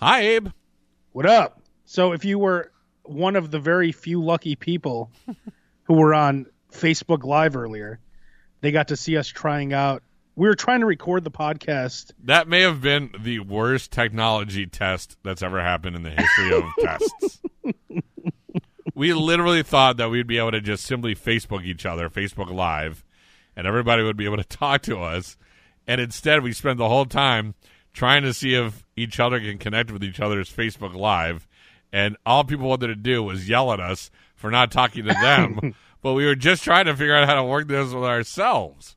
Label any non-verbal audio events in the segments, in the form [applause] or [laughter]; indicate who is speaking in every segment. Speaker 1: Hi, Abe.
Speaker 2: What up? So, if you were one of the very few lucky people who were on Facebook Live earlier, they got to see us trying out. We were trying to record the podcast.
Speaker 1: That may have been the worst technology test that's ever happened in the history of tests. We literally thought that we'd be able to just simply Facebook each other, Facebook Live, and everybody would be able to [laughs] talk to us. And instead, we spent the whole time trying to see if each other can connect with each other's Facebook Live. And all people wanted to do was yell at us for not talking to them. but we were just trying to figure out how to work this with ourselves.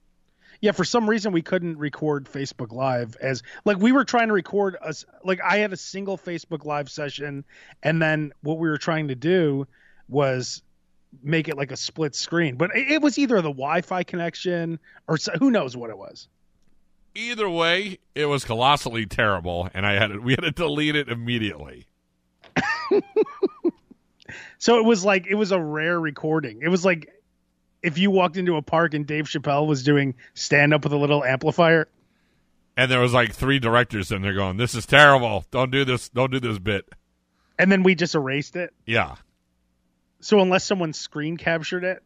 Speaker 2: Yeah, for some reason we couldn't record Facebook Live as like we were trying to record us like I had a single Facebook Live session and then what we were trying to do was make it like a split screen. But it, it was either the Wi-Fi connection or so, who knows what it was.
Speaker 1: either way, it was colossally terrible, and I had to, [laughs] we had to delete it immediately.
Speaker 2: So it was like it was a rare recording. It was like if you walked into a park and Dave Chappelle was doing stand up with a little amplifier.
Speaker 1: And there was like three directors in there going, "This is terrible. Don't do this. Don't do this bit."
Speaker 2: and then we just erased it.
Speaker 1: Yeah.
Speaker 2: So unless someone screen captured it,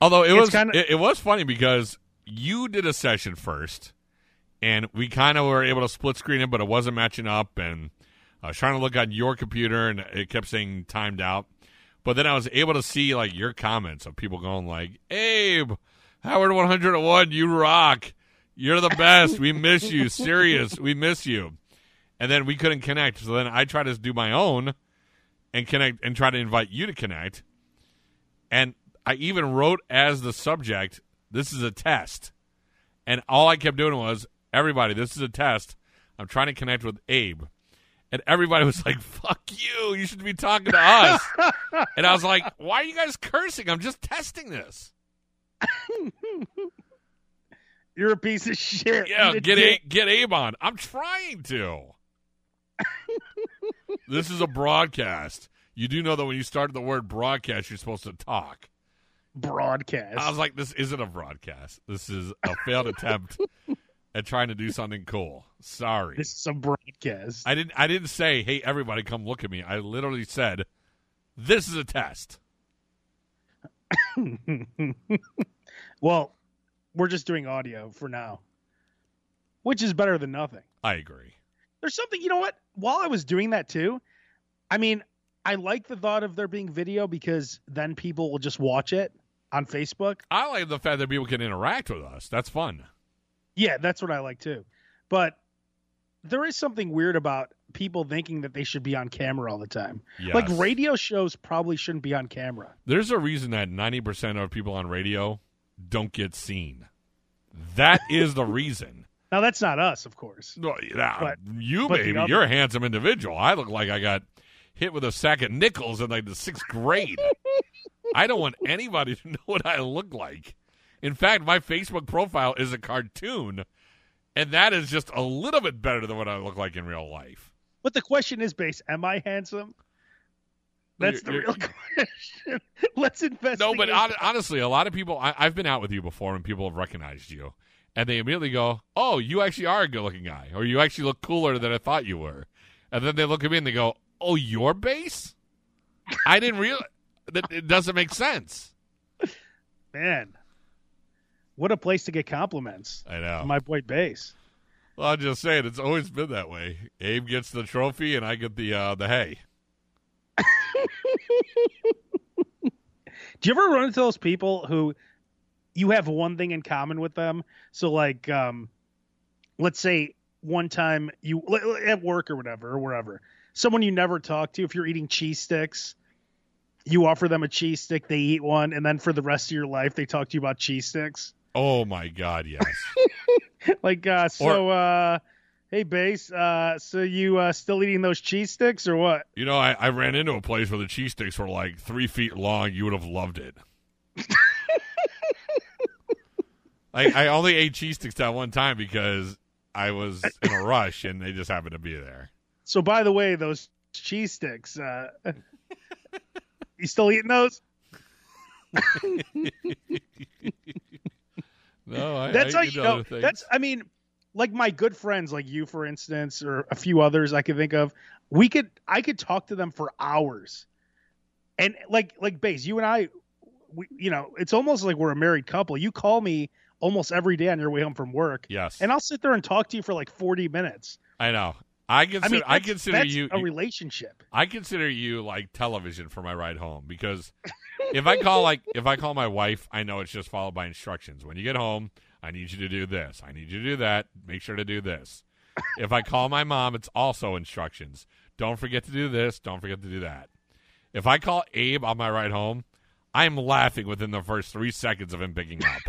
Speaker 1: Although it
Speaker 2: It's
Speaker 1: was
Speaker 2: kinda-
Speaker 1: it, it was funny because you did a session first, and we kind of were able to split screen it, but it wasn't matching up, and I was trying to look on your computer, and it kept saying timed out. But then I was able to see like your comments of people going like, "Abe, Howard 101, you rock. You're the best. We miss you. Serious, we miss you." And then we couldn't connect, so then I tried to do my own and connect and try to invite you to connect. And I even wrote as the subject, this is a test. And all I kept doing was, everybody, this is a test. I'm trying to connect with Abe. And everybody was like, fuck you. You should be talking to us. and I was like, why are you guys cursing? I'm just testing this.
Speaker 2: you're a piece of shit.
Speaker 1: Yeah,
Speaker 2: Eat a
Speaker 1: get
Speaker 2: dick.
Speaker 1: a- get Abe on. I'm trying to. this is a broadcast. You do know that when you started the word broadcast, you're supposed to talk.
Speaker 2: broadcast.
Speaker 1: I was like, this isn't a broadcast. This is a failed
Speaker 2: [laughs]
Speaker 1: attempt at trying to do something cool. Sorry.
Speaker 2: this is a broadcast.
Speaker 1: I didn't I didn't say, hey everybody come look at me. I literally said, This is a test.
Speaker 2: [laughs] well, we're just doing audio for now, which is better than nothing.
Speaker 1: I agree.
Speaker 2: There's something, you know what? While I was doing that too, I mean, I like the thought of there being video because then people will just watch it on Facebook.
Speaker 1: I like the fact that people can interact with us. That's fun.
Speaker 2: Yeah, that's what I like too. But there is something weird about people thinking that they should be on camera all the time.
Speaker 1: Yes.
Speaker 2: Like radio shows probably shouldn't be on camera.
Speaker 1: There's a reason that ninety percent of people on radio don't get seen. That is the reason.
Speaker 2: Now that's not us, of course.
Speaker 1: Well, yeah,
Speaker 2: But-
Speaker 1: you
Speaker 2: but the
Speaker 1: baby,
Speaker 2: other-
Speaker 1: you're a handsome individual. I look like I got hit with a sack of nickels in like the sixth
Speaker 2: [laughs]
Speaker 1: grade. I don't want anybody to know what I look like. In fact, my Facebook profile is a cartoon, and that is just a little bit better than what I look like in real life.
Speaker 2: But the question is, base, am I handsome? That's the
Speaker 1: You're-
Speaker 2: real [laughs] question. Let's invest.
Speaker 1: No, but hon- honestly, a lot of people. I, I've been out with you before, and people have recognized you, and they immediately go, "Oh, you actually are a good-looking guy, or you actually look cooler than I thought you were." And then they look at me and they go, "Oh, your base? I didn't realize that it doesn't make sense."
Speaker 2: man, what a place to get compliments.
Speaker 1: I know.
Speaker 2: My boy, base.
Speaker 1: well, I'm just saying, it's always been that way. Abe gets the trophy, and I get the uh, the hay.
Speaker 2: Do you ever run into those people who you have one thing in common with them? So, like, um, let's say one time you l- l- at work or whatever, or wherever, someone you never talk to, if you're eating cheese sticks, you offer them a cheese stick, they eat one, and then for the rest of your life, they talk to you about cheese sticks. [laughs]
Speaker 1: Oh my God! Yes.
Speaker 2: like, uh, so, uh, hey, Base, uh, so you uh, still eating those cheese sticks or what?
Speaker 1: you know, I, I ran into a place where the cheese sticks were like three feet long. You would have loved
Speaker 2: [laughs]
Speaker 1: it. like I only ate cheese sticks that one time because I was in a rush and they just happened to be there.
Speaker 2: So, by the way, those cheese sticks, uh, [laughs] you still eating those?
Speaker 1: No, I,
Speaker 2: that's
Speaker 1: I
Speaker 2: how you know. That's I mean, like my good friends like you for instance or a few others i could think of we could i could talk to them for hours and like like base you and i we, you know it's almost like we're a married couple you call me almost every day on your way home from work
Speaker 1: Yes,
Speaker 2: and i'll sit there and talk to you for like 40 minutes
Speaker 1: I know. I consider
Speaker 2: i mean
Speaker 1: I
Speaker 2: that's-
Speaker 1: consider
Speaker 2: that's
Speaker 1: you
Speaker 2: a relationship
Speaker 1: I consider you like television for my ride home because if I call like if I call my wife, I know it's just followed by instructions. When you get home, I need you to do this. I need you to do that. Make sure to do this. If I call my mom, it's also instructions. Don't forget to do this. Don't forget to do that. If I call Abe on my ride home, I'm laughing within the first three seconds of him picking up.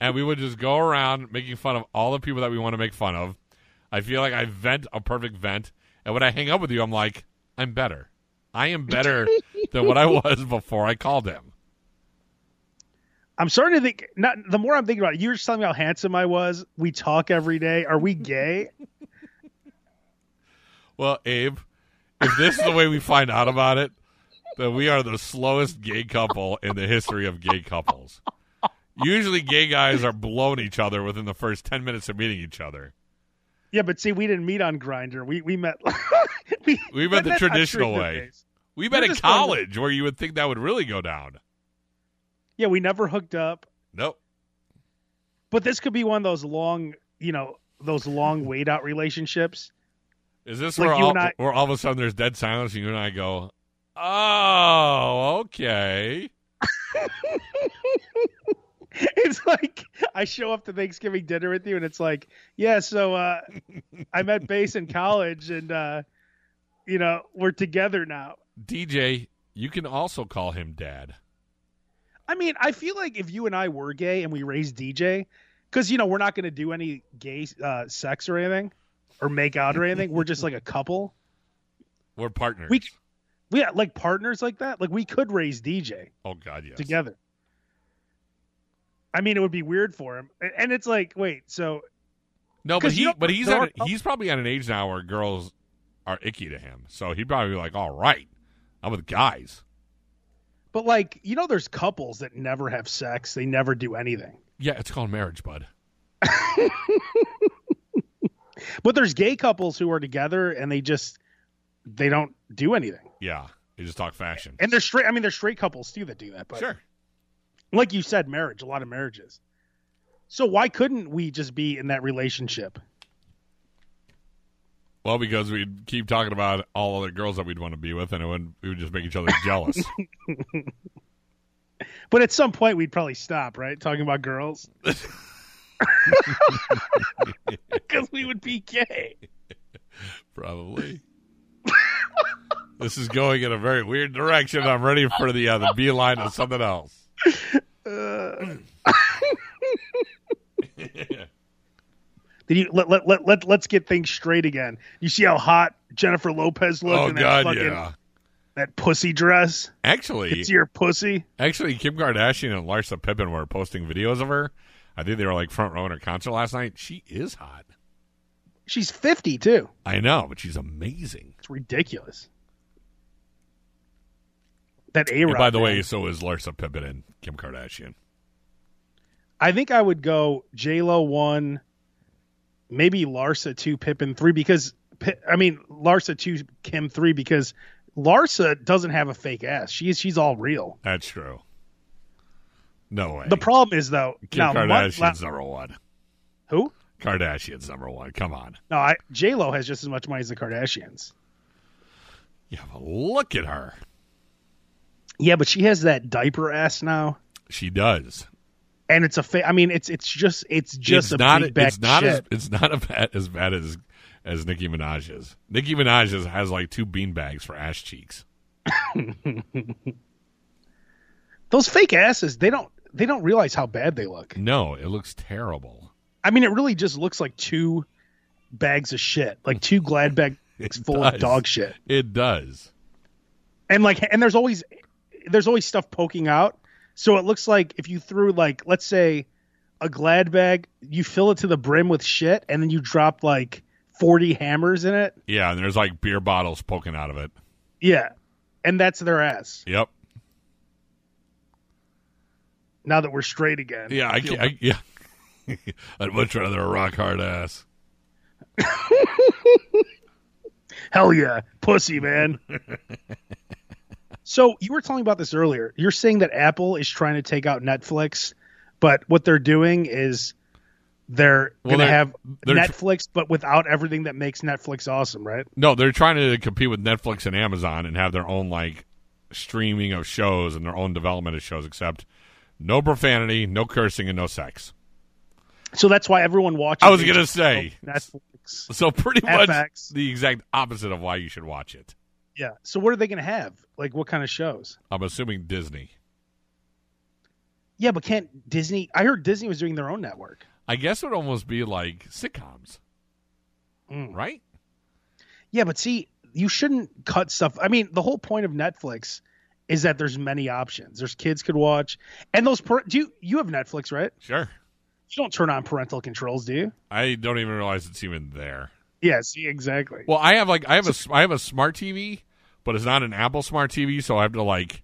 Speaker 1: and we would just go around making fun of all the people that we want to make fun of. I feel like I vent a perfect vent. And when I hang up with you, I'm like, I'm better. I am
Speaker 2: [laughs]
Speaker 1: better than what I was before I called him.
Speaker 2: i'm starting to think not the more i'm thinking about it you were just telling me how handsome i was we talk every day are we gay
Speaker 1: Well, Abe, if this is the way we find out about it, then we are the slowest gay couple in the history of gay couples. Usually, gay guys are blowing each other within the first 10 minutes of meeting each other.
Speaker 2: yeah but see we didn't meet on grinder we we met [laughs] we,
Speaker 1: We met the
Speaker 2: on
Speaker 1: traditional
Speaker 2: Tinder
Speaker 1: way.
Speaker 2: days.
Speaker 1: We met
Speaker 2: You're
Speaker 1: in
Speaker 2: just one of the-
Speaker 1: college where you would think that would really go down.
Speaker 2: yeah we never hooked up
Speaker 1: Nope.
Speaker 2: but this could be one of those long you know
Speaker 1: [laughs]
Speaker 2: those long wait out relationships [laughs]
Speaker 1: Is this
Speaker 2: Like
Speaker 1: where,
Speaker 2: you
Speaker 1: all,
Speaker 2: and I-
Speaker 1: where all of a sudden there's dead silence and you and I go, oh, okay.
Speaker 2: it's like I show up to Thanksgiving dinner with you, and it's like, yeah, so uh,
Speaker 1: [laughs]
Speaker 2: I met Bass in college, and uh, you know we're together now.
Speaker 1: DJ, you can also call him dad.
Speaker 2: I mean, I feel like if you and I were gay and we raised DJ, because you know we're not going to do any gay uh, sex or anything, or make out or anything. we're just like a couple.
Speaker 1: We're partners.
Speaker 2: We- We yeah, like partners like that. Like we could raise DJ.
Speaker 1: oh, God, yes.
Speaker 2: together. I mean, it would be weird for him. A- And it's like, wait, so
Speaker 1: No, but
Speaker 2: 'Cause you
Speaker 1: he
Speaker 2: don't-
Speaker 1: but he's
Speaker 2: there
Speaker 1: at,
Speaker 2: are-
Speaker 1: he's probably at an age now where girls are icky to him. So he'd probably be like, "All right, I'm with guys."
Speaker 2: but like, you know, there's couples that never have sex. They never do anything.
Speaker 1: Yeah, it's called marriage, bud.
Speaker 2: But there's gay couples who are together and they just they don't do anything.
Speaker 1: Yeah, you just talk fashion.
Speaker 2: And they're straight I mean, there's straight couples too that do that, but
Speaker 1: sure.
Speaker 2: like you said, marriage, a lot of marriages. So why couldn't we just be in that relationship?
Speaker 1: Well, because we'd keep talking about all other girls that we'd want to be with, and it would we would just make each other
Speaker 2: [laughs]
Speaker 1: jealous.
Speaker 2: But at some point we'd probably stop, right? Talking
Speaker 1: [laughs]
Speaker 2: about girls. [laughs] Because we would be gay.
Speaker 1: probably. this is going in a very weird direction. I'm ready for the uh, the beeline of something else.
Speaker 2: Uh, Did you let let let let let's get things straight again? You see how hot Jennifer Lopez looked
Speaker 1: oh
Speaker 2: in that
Speaker 1: God,
Speaker 2: fucking
Speaker 1: yeah.
Speaker 2: that pussy dress?
Speaker 1: Actually,
Speaker 2: It's your pussy.
Speaker 1: Actually, Kim Kardashian and Larsa Pippen were posting videos of her. I think they were like front row in her concert last night. She is hot.
Speaker 2: She's fifty too.
Speaker 1: I know, but she's amazing.
Speaker 2: It's ridiculous. That A
Speaker 1: And by the way, so is Larsa Pippen and Kim Kardashian.
Speaker 2: I think I would go J Lo one, maybe Larsa two, Pippen three because Pi- I mean Larsa two, Kim three because Larsa doesn't have a fake ass. She's she's all real.
Speaker 1: That's true. No way.
Speaker 2: The problem is though
Speaker 1: Kim
Speaker 2: now Mon-
Speaker 1: Kardashian's
Speaker 2: La-
Speaker 1: number one.
Speaker 2: who?
Speaker 1: Kardashian's number one. Come on.
Speaker 2: No, I, J Lo has just as much money as the Kardashians.
Speaker 1: Yeah, but look at her.
Speaker 2: Yeah, but she has that diaper ass now,
Speaker 1: She does.
Speaker 2: and it's a fa- I mean, it's it's just it's just
Speaker 1: it's
Speaker 2: a
Speaker 1: not.
Speaker 2: big bag
Speaker 1: it's not
Speaker 2: shit.
Speaker 1: as. It's not a bad, as bad as as Nicki Minaj's. Nicki Minaj's has like two beanbags for ass cheeks.
Speaker 2: Those fake asses, they don't they don't realize how bad they look.
Speaker 1: No, it looks terrible.
Speaker 2: I mean, it really just looks like two bags of shit, like two Glad bags full
Speaker 1: does.
Speaker 2: of dog shit,
Speaker 1: It does.
Speaker 2: and like and there's always there's always stuff poking out, so it looks like if you threw like let's say a Glad bag, you fill it to the brim with shit, and then you drop like forty hammers in it.
Speaker 1: Yeah, and there's like beer bottles poking out of it.
Speaker 2: Yeah. And that's their ass.
Speaker 1: Yep.
Speaker 2: Now that we're straight again.
Speaker 1: Yeah, I,
Speaker 2: feel
Speaker 1: can't, I yeah. [laughs] I'd much rather a rock hard ass.
Speaker 2: Hell yeah, pussy man. so you were telling me about this earlier. You're saying that Apple is trying to take out Netflix, but what they're doing is they're
Speaker 1: Well,
Speaker 2: going
Speaker 1: they're-
Speaker 2: to have
Speaker 1: they're tr-
Speaker 2: Netflix, but without everything that makes Netflix awesome, right?
Speaker 1: No, they're trying to compete with Netflix and Amazon and have their own like streaming of shows and their own development of shows. Except no profanity, no cursing, and no sex.
Speaker 2: So that's why everyone watches.
Speaker 1: I was
Speaker 2: HBO,
Speaker 1: gonna say.
Speaker 2: Netflix.
Speaker 1: So pretty much
Speaker 2: FX.
Speaker 1: the exact opposite of why you should watch it.
Speaker 2: Yeah. So what are they going to have? Like what kind of shows?
Speaker 1: I'm assuming Disney.
Speaker 2: Yeah, but can't Disney? I heard Disney was doing their own network.
Speaker 1: I guess it would almost be like sitcoms,
Speaker 2: Mm.
Speaker 1: right?
Speaker 2: Yeah, but see, you shouldn't cut stuff. I mean, the whole point of Netflix is that there's many options. There's kids could watch, and those. Per- do you you have Netflix, right?
Speaker 1: Sure.
Speaker 2: You don't turn on parental controls, do you?
Speaker 1: I don't even realize it's even there.
Speaker 2: Yeah. See, exactly.
Speaker 1: Well, I have like I have a s- I have a smart TV, but it's not an Apple smart TV, so I have to like,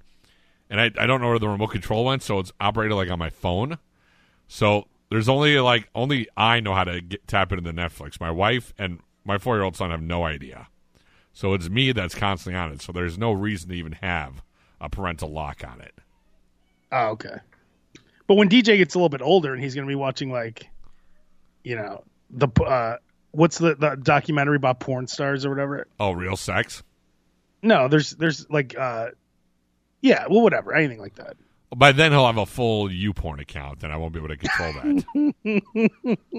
Speaker 1: and I I don't know where the remote control went, so it's operated like on my phone. So there's only like only I know how to get, tap into the Netflix. My wife and my four year old son have no idea. So it's me that's constantly on it. So there's no reason to even have a parental lock on it.
Speaker 2: Oh, okay. But when DJ gets a little bit older and he's going to be watching like, you know, the uh, what's the, the documentary about porn stars or whatever?
Speaker 1: Oh, real sex.
Speaker 2: No, there's there's like, uh, yeah, well, whatever, anything like that.
Speaker 1: By then he'll have a full YouPorn account, and I won't be able to control that.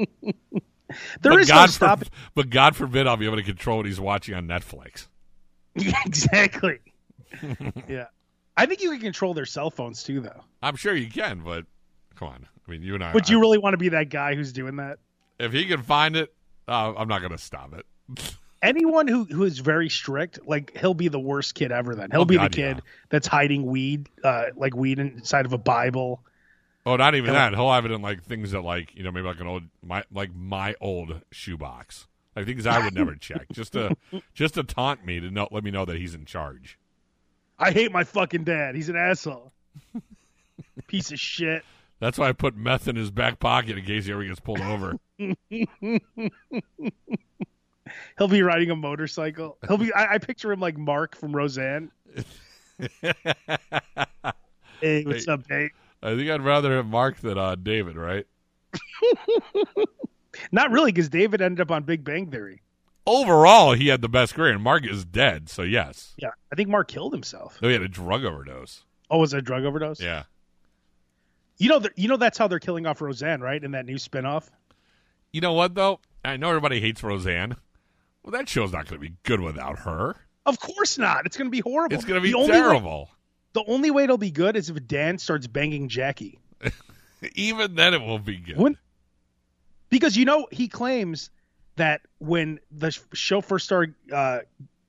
Speaker 2: There
Speaker 1: but
Speaker 2: is
Speaker 1: God
Speaker 2: no stopping.
Speaker 1: for, but God forbid I'll be able to control what he's watching on Netflix.
Speaker 2: Yeah, [laughs]
Speaker 1: [laughs]
Speaker 2: exactly. yeah. I think you can control their cell phones too, though.
Speaker 1: I'm sure you can, but come on. I mean, you and I.
Speaker 2: Would you
Speaker 1: I-
Speaker 2: really want to be that guy who's doing that?
Speaker 1: if he can find it, uh, I'm not going to stop it. [laughs]
Speaker 2: Anyone who, who is very strict, like he'll be the worst kid ever. Then he'll
Speaker 1: Oh,
Speaker 2: be
Speaker 1: God,
Speaker 2: the kid
Speaker 1: yeah.
Speaker 2: that's hiding weed, uh, like weed inside of a Bible.
Speaker 1: Oh, not even
Speaker 2: Come
Speaker 1: that. He'll have it in like things that, like you know, maybe like an old my like my old shoebox, like things I would never
Speaker 2: [laughs]
Speaker 1: check, just to just to taunt me to know, let me know that he's in charge.
Speaker 2: I hate my fucking dad. He's
Speaker 1: [laughs]
Speaker 2: an asshole. Piece of shit.
Speaker 1: That's why I put meth in his back pocket in case he ever gets pulled
Speaker 2: [laughs]
Speaker 1: over. [laughs]
Speaker 2: He'll be riding a motorcycle. He'll be. I, I picture him like Mark from Roseanne. Hey, what's
Speaker 1: Hey.
Speaker 2: up, babe?
Speaker 1: I think I'd rather have Mark than uh, David, right?
Speaker 2: Not really, because David ended up on Big Bang Theory.
Speaker 1: Overall, he had the best career, and Mark is dead, so yes.
Speaker 2: Yeah, I think Mark killed himself.
Speaker 1: Though he had a drug overdose.
Speaker 2: Oh, was it a drug overdose?
Speaker 1: Yeah.
Speaker 2: You know, th- you know that's how they're killing off Roseanne, right? In that new spinoff.
Speaker 1: You know what though? I know everybody hates Roseanne. Well, that show's not going to be good without her.
Speaker 2: Of course not. It's going to be horrible.
Speaker 1: It's going to be
Speaker 2: The only Way,
Speaker 1: terrible. [laughs]
Speaker 2: the only way it'll be good is if Dan starts banging Jackie.
Speaker 1: Even then, it won't be good.
Speaker 2: When- because you know he claims that when the sh- show first started uh,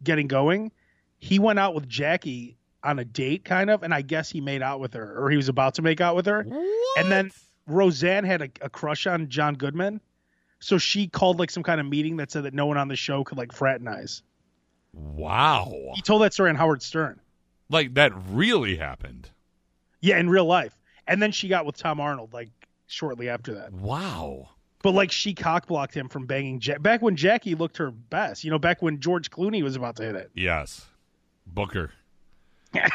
Speaker 2: getting going, he went out with Jackie on a date, kind of, and I guess he made out with her, or he was about to make out with her. And then Roseanne had a, a crush on John Goodman, so she called like some kind of meeting that said that no one on the show could like fraternize.
Speaker 1: Wow,
Speaker 2: He told that story on Howard Stern.
Speaker 1: like that really happened.
Speaker 2: Yeah, in real life. And then she got with Tom Arnold like shortly after that.
Speaker 1: Wow.
Speaker 2: But like she cockblocked him from banging Jack back when Jackie looked her best. You know, back when George Clooney was about to hit it.
Speaker 1: Yes,
Speaker 2: [laughs]
Speaker 1: Booker.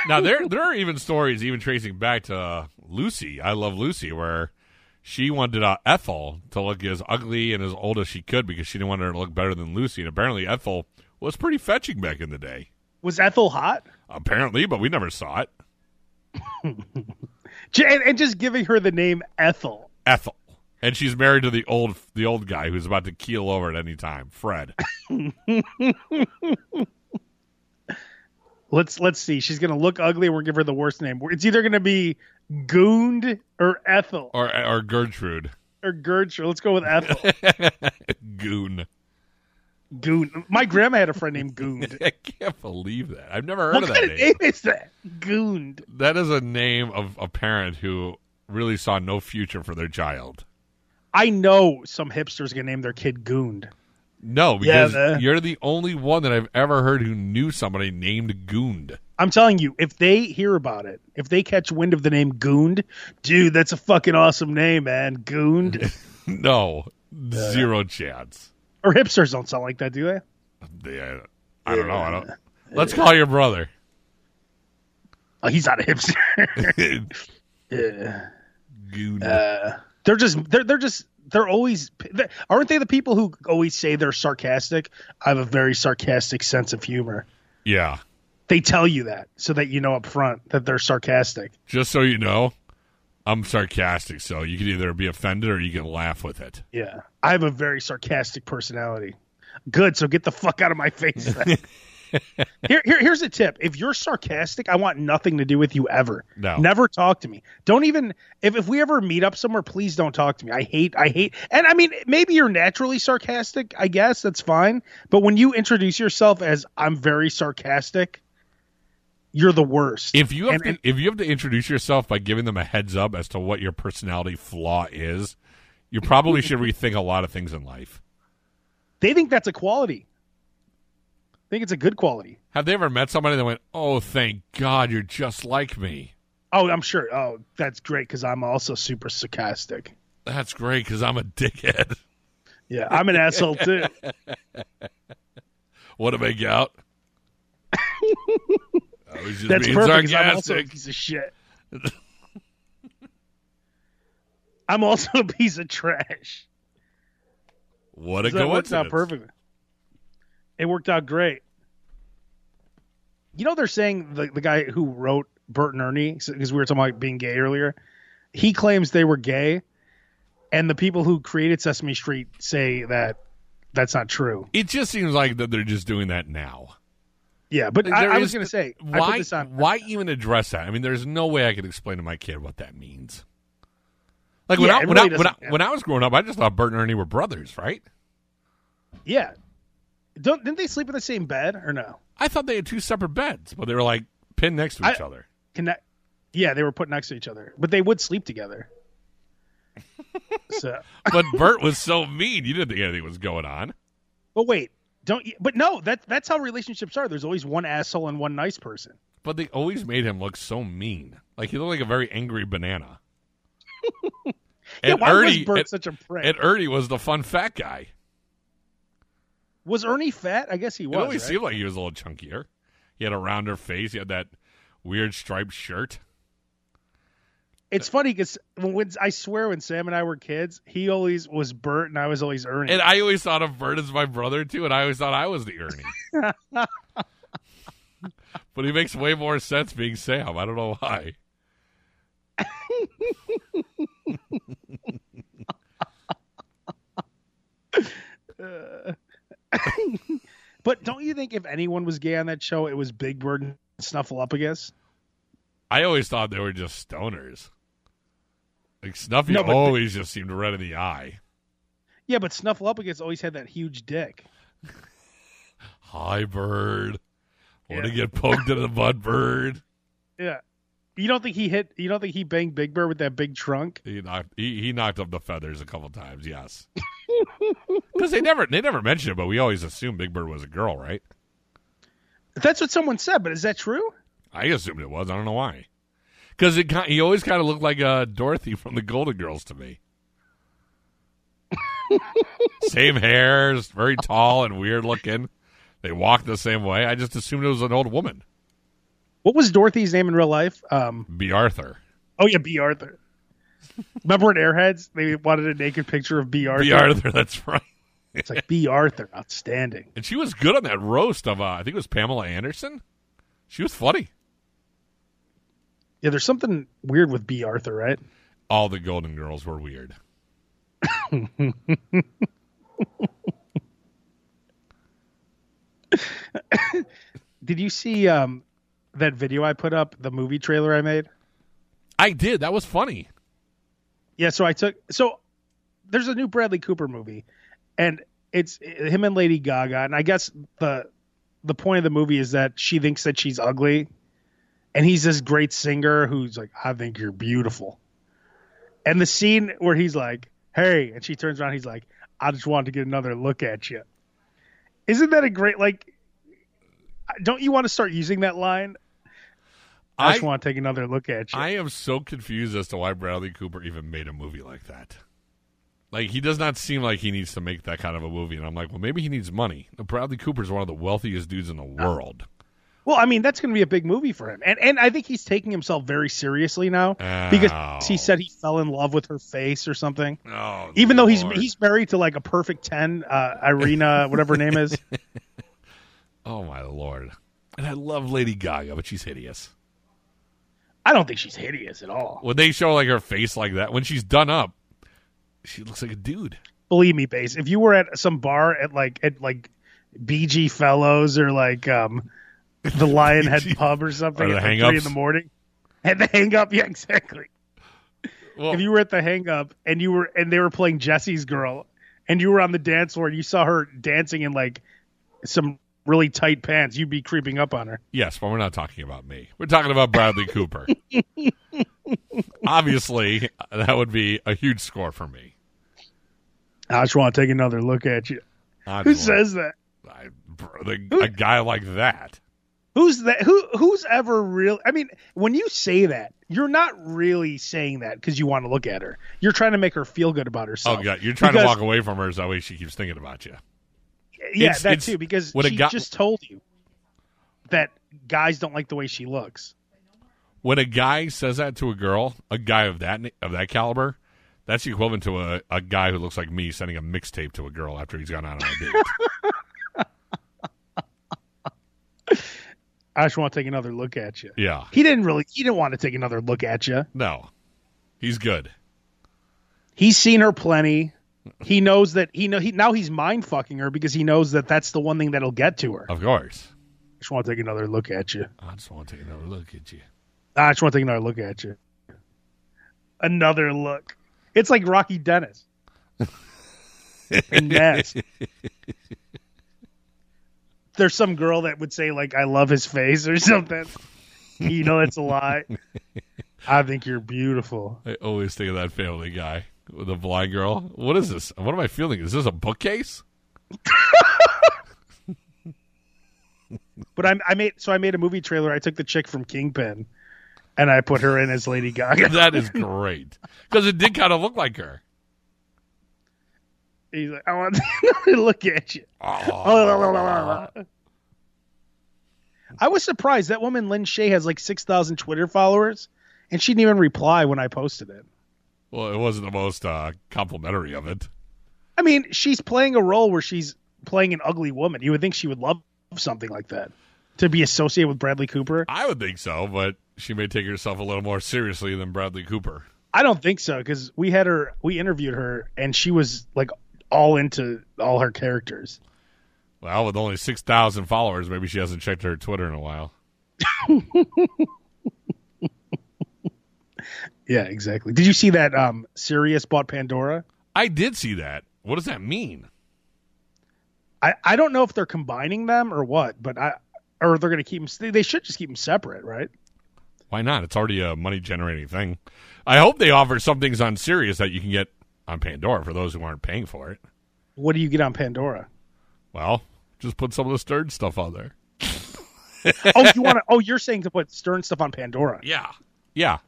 Speaker 1: now there there are even stories even tracing back to uh, Lucy. I love Lucy, where she wanted uh, Ethel to look as ugly and as old as she could because she didn't want her to look better than Lucy. And apparently, Ethel was pretty fetching back in the day.
Speaker 2: Was Ethel hot?
Speaker 1: Apparently, but we never saw it.
Speaker 2: J- And, and just giving her the name Ethel.
Speaker 1: Ethel, and she's married to the old the old guy who's about to keel over at any time, Fred.
Speaker 2: Let's let's see. She's gonna look ugly and we're gonna give her the worst name. It's either gonna be Goond or Ethel
Speaker 1: or or Gertrude, [laughs]
Speaker 2: or Gertrude. Let's go with Ethel.
Speaker 1: Goon.
Speaker 2: Goond. My grandma had a friend named Goond.
Speaker 1: I can't believe that. I've never heard
Speaker 2: what
Speaker 1: of
Speaker 2: kind
Speaker 1: that
Speaker 2: of
Speaker 1: name.
Speaker 2: name is that? Goond.
Speaker 1: That is a name of a parent who really saw no future for their child.
Speaker 2: I know some hipsters gonna name their kid Goond.
Speaker 1: No,
Speaker 2: Yeah,
Speaker 1: because
Speaker 2: the-
Speaker 1: you're the only one that I've ever heard who knew somebody named Goond.
Speaker 2: I'm telling you, if they hear about it, if they catch wind of the name Goond, dude, that's a fucking awesome name, man. Goond.
Speaker 1: no, zero chance.
Speaker 2: Or hipsters don't sound like that, do they?
Speaker 1: Yeah, I don't know. I don't. Let's call your brother.
Speaker 2: Oh, he's not a hipster. [laughs] Yeah.
Speaker 1: Goon.
Speaker 2: Uh, they're just they're they're just they're always they, aren't they the people who always say they're sarcastic? I have a very sarcastic sense of humor.
Speaker 1: yeah.
Speaker 2: They tell you that so that you know up front that they're sarcastic.
Speaker 1: Just so you know, I'm sarcastic, so you can either be offended or you can laugh with it.
Speaker 2: Yeah. I have a very sarcastic personality. Good, so get the fuck out of my face.
Speaker 1: [laughs]
Speaker 2: then. here, here, here's a tip. If you're sarcastic, I want nothing to do with you ever.
Speaker 1: No.
Speaker 2: Never talk to me. Don't even if, if we ever meet up somewhere, please don't talk to me. I hate I hate and I mean maybe you're naturally sarcastic, I guess, that's fine. But when you introduce yourself as I'm very sarcastic, you're the worst.
Speaker 1: If you have
Speaker 2: And-
Speaker 1: to,
Speaker 2: and-
Speaker 1: if you have to introduce yourself by giving them a heads up as to what your personality flaw is, you probably
Speaker 2: [laughs]
Speaker 1: should rethink a lot of things in life.
Speaker 2: they think that's a quality. I think it's a good quality.
Speaker 1: Have they ever met somebody that went, "Oh, thank God, you're just like me.
Speaker 2: Oh, I'm sure. Oh, that's great because I'm also super sarcastic.
Speaker 1: That's great because I'm a dickhead." [laughs]
Speaker 2: Yeah, I'm an asshole too.
Speaker 1: What a big
Speaker 2: [laughs]
Speaker 1: out! I was just
Speaker 2: That's
Speaker 1: being
Speaker 2: perfect because I'm also a
Speaker 1: sarcastic.
Speaker 2: piece of shit. I'm also a piece of trash.
Speaker 1: What a
Speaker 2: So it worked out
Speaker 1: coincidence!
Speaker 2: perfectly. It worked out great. You know, they're saying the, the guy who wrote Bert and Ernie, because we were talking about being gay earlier, he claims they were gay, and the people who created Sesame Street say that that's not true.
Speaker 1: It just seems like that they're just doing that now.
Speaker 2: Yeah, but I,
Speaker 1: There
Speaker 2: I was
Speaker 1: is-
Speaker 2: going to say, I put
Speaker 1: why
Speaker 2: this on.
Speaker 1: why even address that? I mean, there's no way I could explain to my kid what that means. Like when
Speaker 2: Yeah,
Speaker 1: I
Speaker 2: it
Speaker 1: when,
Speaker 2: really
Speaker 1: I, when, I,
Speaker 2: doesn't- yeah.
Speaker 1: when I was growing up, I just thought Bert and Ernie were brothers, right?
Speaker 2: Yeah. Don't, didn't they sleep in the same bed or no?
Speaker 1: I thought they had two separate beds, but they were like pinned next to each
Speaker 2: I-
Speaker 1: other.
Speaker 2: connect. Yeah, they were put next to each other, but they would
Speaker 1: [laughs]
Speaker 2: sleep together. so,
Speaker 1: But Bert was so mean; you didn't think anything was going on.
Speaker 2: but wait, don't. You, but no, that that's how relationships are. There's always one asshole and one nice person.
Speaker 1: But they always made him look so mean. Like he looked like a very angry banana.
Speaker 2: [laughs] Yeah,
Speaker 1: and
Speaker 2: why
Speaker 1: Ernie,
Speaker 2: was Bert
Speaker 1: and,
Speaker 2: such a prick?
Speaker 1: and Ernie was the fun fat guy.
Speaker 2: was Ernie fat? I guess he
Speaker 1: it
Speaker 2: was.
Speaker 1: always
Speaker 2: right?
Speaker 1: seemed like he was a little chunkier. He had a rounder face. He had that weird striped shirt.
Speaker 2: It's funny because when I swear when Sam and I were kids, he always was Bert and I was always Ernie.
Speaker 1: And I always thought of Bert as my brother too, and I always thought I was the Ernie.
Speaker 2: [laughs]
Speaker 1: but he makes way more sense being Sam. I don't know why.
Speaker 2: but don't you think if anyone was gay on that show, it was Big Bird and Snuffleupagus?
Speaker 1: I always thought they were just stoners. Like Snuffy
Speaker 2: No, but the-
Speaker 1: always just seemed red in the eye.
Speaker 2: Yeah, but Snuffleupagus always had that huge dick.
Speaker 1: Hi, Bird. Want to
Speaker 2: Yeah.
Speaker 1: get poked in the butt, Bird?
Speaker 2: Yeah. You don't think he hit? You don't think he banged Big Bird with that big trunk?
Speaker 1: He knocked. He, he knocked up the feathers a couple times. Yes, [laughs] because they never they never mentioned it, but we always assumed Big Bird was a girl, right?
Speaker 2: That's what someone said, but is that true?
Speaker 1: I assumed it was. I don't know why. Because it ki- he always kind of looked like uh, Dorothy [laughs] from the Golden Girls to me. [laughs] same hairs, very tall and weird looking. They walk the same way. I just assumed it was an old woman.
Speaker 2: What was Dorothy's name in real life? Um,
Speaker 1: B. Arthur.
Speaker 2: oh yeah, B. Arthur. [laughs] Remember in Airheads, they wanted a naked picture of B. Arthur.
Speaker 1: B. Arthur. [laughs] That's right.
Speaker 2: It's like B. Arthur, outstanding.
Speaker 1: And she was good on that roast of uh, I think it was Pamela Anderson. She was funny.
Speaker 2: Yeah, there's something weird with B. Arthur, right?
Speaker 1: All the Golden Girls were weird.
Speaker 2: Did you see um, that video I put up, the movie trailer I made?
Speaker 1: I did. That was funny.
Speaker 2: Yeah, so I took so there's a new Bradley Cooper movie, and it's him and Lady Gaga, and I guess the the point of the movie is that she thinks that she's ugly, and he's this great singer who's like, I think you're beautiful, and the scene where he's like, Hey, and she turns around, he's like, I just wanted to get another look at you. Isn't that a great like? Don't you want to start using that line? I, just
Speaker 1: I-
Speaker 2: want to take another look at you.
Speaker 1: I am so confused as to why Bradley Cooper even made a movie like that. Like he does not seem like he needs to make that kind of a movie, and I'm like, well, maybe he needs money. Bradley Cooper's one of the wealthiest dudes
Speaker 2: Oh.
Speaker 1: in the world.
Speaker 2: Well, I mean, that's going to be a big movie for him, and and I think he's taking himself very seriously now because
Speaker 1: Ow.
Speaker 2: he said he fell in love with her face or something.
Speaker 1: Oh,
Speaker 2: Even though he's
Speaker 1: Lord.
Speaker 2: he's married to like a perfect ten, uh, Irina, whatever her name is.
Speaker 1: oh my lord, and I love Lady Gaga, but she's hideous.
Speaker 2: I don't think she's hideous at all.
Speaker 1: When they show like her face like that, when she's done up, she looks like a dude.
Speaker 2: Believe me, base. If you were at some bar at like at like BG Fellows or like um the Lionhead Pub or something
Speaker 1: Or the
Speaker 2: at like, three in
Speaker 1: Hang-Ups.
Speaker 2: the morning, and the hang up, [laughs] yeah, exactly.
Speaker 1: Well,
Speaker 2: if you were at the hang up and you were and they were playing Jesse's girl and you were on the dance floor and you saw her dancing in like some really tight pants, you'd be creeping up on her.
Speaker 1: yes, but we're not talking about me. We're talking about
Speaker 2: [laughs]
Speaker 1: Bradley Cooper. Obviously, that would be a huge score for me.
Speaker 2: I just want to take another look at you.
Speaker 1: I'd
Speaker 2: Who
Speaker 1: love-
Speaker 2: says that?
Speaker 1: I, br- the, a guy like that?
Speaker 2: Who's that? Who who's ever real? I mean, when you say that, you're not really saying that because you want to look at her. You're trying to make her feel good about herself.
Speaker 1: Oh god, you're trying to
Speaker 2: Because-
Speaker 1: walk away from her, so that way she keeps thinking about you.
Speaker 2: yeah,
Speaker 1: It's-
Speaker 2: that
Speaker 1: it's-
Speaker 2: too. Because
Speaker 1: what a
Speaker 2: she
Speaker 1: guy-
Speaker 2: just told you that guys don't like the way she looks.
Speaker 1: When a guy says that to a girl, a guy of that of that caliber, that's the equivalent to a, a guy who looks like me sending a mixtape to a girl after he's gone out on a date.
Speaker 2: [laughs] I just want to take another look at you.
Speaker 1: yeah,
Speaker 2: He didn't really. He didn't want to take another look at you.
Speaker 1: no, he's good.
Speaker 2: He's seen her plenty. He knows that he know he now he's mind fucking her because he knows that that's the one thing that'll get to her. I
Speaker 1: Of course,
Speaker 2: just want to take another look at you.
Speaker 1: I just want to take another look at you.
Speaker 2: I just want to take another look at you. Another look. It's like Rocky Dennis. and Ness. There's some girl that would say like I love his face or something. You know that's a lie. I think you're beautiful.
Speaker 1: I always think of that Family Guy with the blind girl. What is this? What am I feeling? Is this a bookcase?
Speaker 2: But I, I made so I made a movie trailer. I took the chick from Kingpin, and I put her in as Lady
Speaker 1: [laughs]
Speaker 2: Gaga.
Speaker 1: That is great because it did kind of look like her.
Speaker 2: He's like, I want [laughs] to look at you. Oh,
Speaker 1: Oh,
Speaker 2: I was surprised that woman Lynn Shay has like six thousand Twitter followers, and she didn't even reply when I posted it.
Speaker 1: Well, it wasn't the most uh, complimentary of it.
Speaker 2: I mean, she's playing a role where she's playing an ugly woman. You would think she would love something like that to be associated with Bradley Cooper.
Speaker 1: I would think so, but she may take herself a little more seriously than Bradley Cooper.
Speaker 2: I don't think so because we had her, we interviewed her, and she was like all into all her characters.
Speaker 1: Well, with only 6,000 followers, maybe she hasn't checked her Twitter in a while.
Speaker 2: Yeah, exactly. Did you see that um Sirius bought Pandora?
Speaker 1: I did see that. What does that mean?
Speaker 2: I I don't know if they're combining them or what, but I or they're going to keep them they should just keep them separate, right?
Speaker 1: Why not? It's already a money generating thing. I hope they offer some things on Sirius that you can get on Pandora for those who aren't paying for it.
Speaker 2: What do you get on Pandora?
Speaker 1: Well, just put some of the Stern stuff on there.
Speaker 2: Oh, you want to Oh, you're saying to put Stern stuff on Pandora.
Speaker 1: Yeah. Yeah.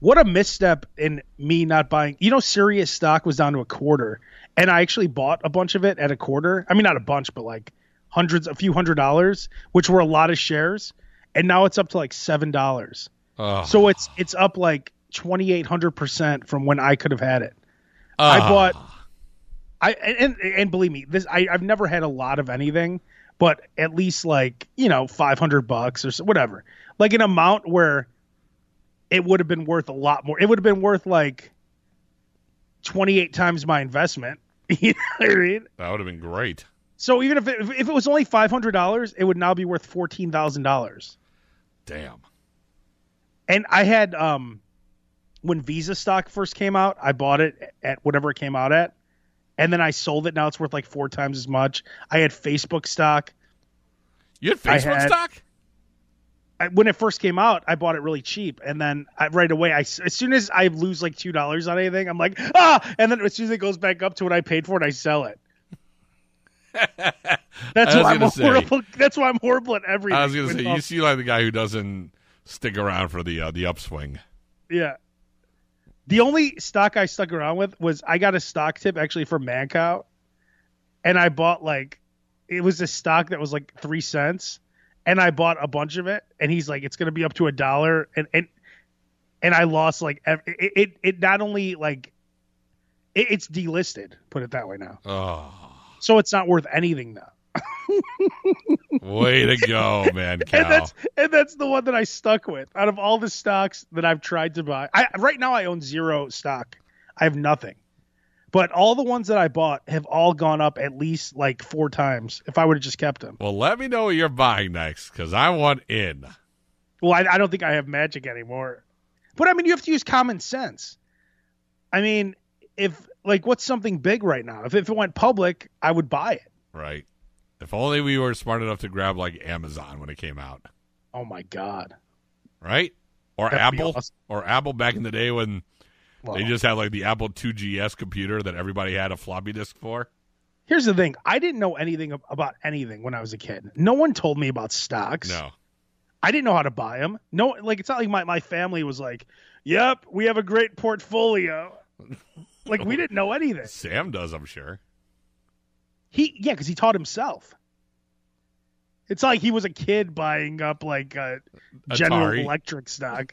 Speaker 2: What a misstep in me not buying. You know Sirius stock was down to a quarter and I actually bought a bunch of it at a quarter. I mean not a bunch, but like hundreds a few hundred dollars, which were a lot of shares, and now it's up to like $7.
Speaker 1: Ugh.
Speaker 2: So it's it's up like 2800% from when I could have had it.
Speaker 1: Ugh.
Speaker 2: I bought I and and- and believe me, this I I've never had a lot of anything, but at least like, you know, 500 bucks or so, whatever. Like an amount where it would have been worth a lot more. It would have been worth like 28 times my investment. [laughs] you know what I mean?
Speaker 1: That would have been great.
Speaker 2: So even if it, if it was only $500, it would now be worth $14,000.
Speaker 1: Damn.
Speaker 2: and I had um when Visa stock first came out, I bought it at whatever it came out at, and then I sold it. Now it's worth like four times as much. I had Facebook stock
Speaker 1: You had
Speaker 2: I
Speaker 1: Facebook
Speaker 2: had-
Speaker 1: stock?
Speaker 2: I, when it first came out. I bought it really cheap, and then I, right away, I as soon as I lose like two dollars on anything, I'm like ah, and then as soon as it goes back up to what I paid for it, I
Speaker 1: [laughs]
Speaker 2: sell it. That's
Speaker 1: I
Speaker 2: why
Speaker 1: was
Speaker 2: I'm
Speaker 1: gonna
Speaker 2: a
Speaker 1: say-
Speaker 2: horrible. That's why I'm horrible at everything.
Speaker 1: I was gonna
Speaker 2: with
Speaker 1: say
Speaker 2: all- [laughs]
Speaker 1: you seem like the guy who doesn't stick around for the uh, the upswing.
Speaker 2: yeah. The only stock I stuck around with was I got a stock tip actually from Mancow, and I bought like it was a stock that was like three cents, and I bought a bunch of it, and he's like, it's gonna be up to a dollar, and and and I lost like ev- it it, it not only like it, it's delisted, put it that way now,
Speaker 1: Oh,
Speaker 2: so it's not worth anything now.
Speaker 1: way to go, man. Cal.
Speaker 2: And that's and that's the one that I stuck with. Out of all the stocks that I've tried to buy, I right now I own zero stock. I have nothing. But all the ones that I bought have all gone up at least like four times. If I would have just kept them,
Speaker 1: Well, let me know what you're buying next because I want in.
Speaker 2: well, I, I don't think I have magic anymore. But I mean, you have to use common sense. I mean, if like what's something big right now? If if it went public, I would buy it.
Speaker 1: Right. If only we were smart enough to grab like Amazon when it came out,
Speaker 2: Oh my god!
Speaker 1: right? Or
Speaker 2: That'd be
Speaker 1: Apple,
Speaker 2: awesome.
Speaker 1: or Apple back in the day when
Speaker 2: Well,
Speaker 1: they just had like the Apple 2GS computer that everybody had a floppy disk for.
Speaker 2: here's the thing: I didn't know anything ab- about anything when I was a kid. No one told me about stocks.
Speaker 1: No,
Speaker 2: I didn't know how to buy them. No, like it's not like my, my family was like, "Yep, we have a great portfolio." like we didn't know anything.
Speaker 1: Sam does, I'm sure.
Speaker 2: He yeah, because he taught himself. It's not like he was a kid buying up like uh, General
Speaker 1: Atari.
Speaker 2: Electric stock.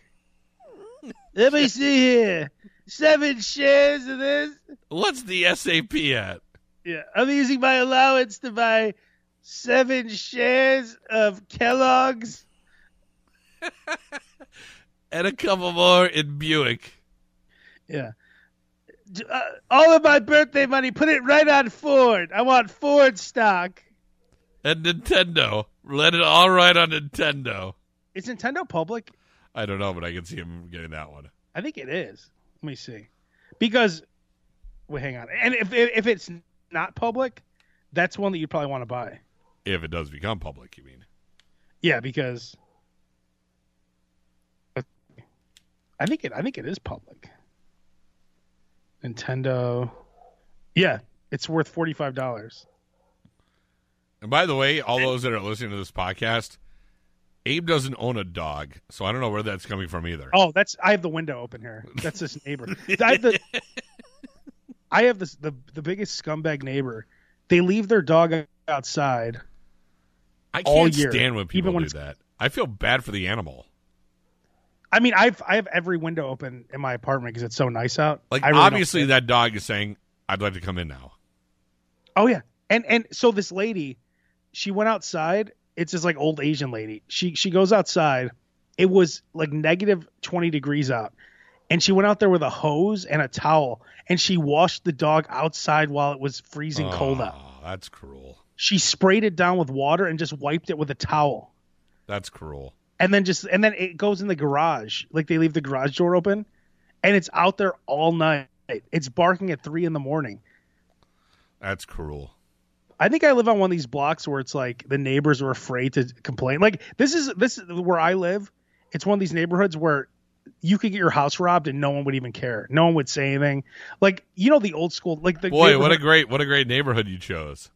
Speaker 2: [laughs] Let me see here, seven shares of this.
Speaker 1: What's the SAP at?
Speaker 2: Yeah, I'm using my allowance to buy seven shares of Kellogg's.
Speaker 1: And a couple more in Buick.
Speaker 2: Yeah. D- Uh, all of my birthday money, put it right on Ford. I want Ford stock.
Speaker 1: And Nintendo. Let it all right on Nintendo.
Speaker 2: Is Nintendo public?
Speaker 1: I don't know, but I can see him getting that one.
Speaker 2: I think it is. Let me see. Because, wait, hang on. And if if if it's not public, that's one that you'd probably want to buy.
Speaker 1: If it does become public, you mean.
Speaker 2: Yeah, because I think it I think it is public. Nintendo. Yeah, it's worth forty five dollars.
Speaker 1: And by the way, all those that are listening to this podcast, Abe doesn't own a dog, so I don't know where that's coming from either.
Speaker 2: Oh, that's I have the window open here. That's this
Speaker 1: [laughs]
Speaker 2: neighbor. I have the I have this the the biggest scumbag neighbor. They leave their dog outside.
Speaker 1: I can't
Speaker 2: all year,
Speaker 1: stand when people
Speaker 2: even when
Speaker 1: do that. I feel bad for the animal.
Speaker 2: I mean, I've I have every window open in my apartment because it's so nice out.
Speaker 1: Like
Speaker 2: I really don't
Speaker 1: obviously
Speaker 2: care.
Speaker 1: that dog is saying, "I'd like to come in now."
Speaker 2: Oh yeah, and and so this lady, she went outside. It's this like old Asian lady. She she goes outside. It was like negative twenty degrees out, and she went out there with a hose and a towel, and she washed the dog outside while it was freezing cold out.
Speaker 1: Oh, that's cruel.
Speaker 2: she sprayed it down with water and just wiped it with a towel
Speaker 1: That's cruel.
Speaker 2: and then just and then it goes in the garage like they leave the garage door open and it's out there all night it's barking at three in the morning
Speaker 1: That's cruel.
Speaker 2: i think i live on one of these blocks where it's like the neighbors are afraid to complain like this is this is where i live it's one of these neighborhoods where you could get your house robbed and no one would even care no one would say anything like you know the old school like the
Speaker 1: Boy, what a
Speaker 2: neighborhood-
Speaker 1: great what a great neighborhood you chose.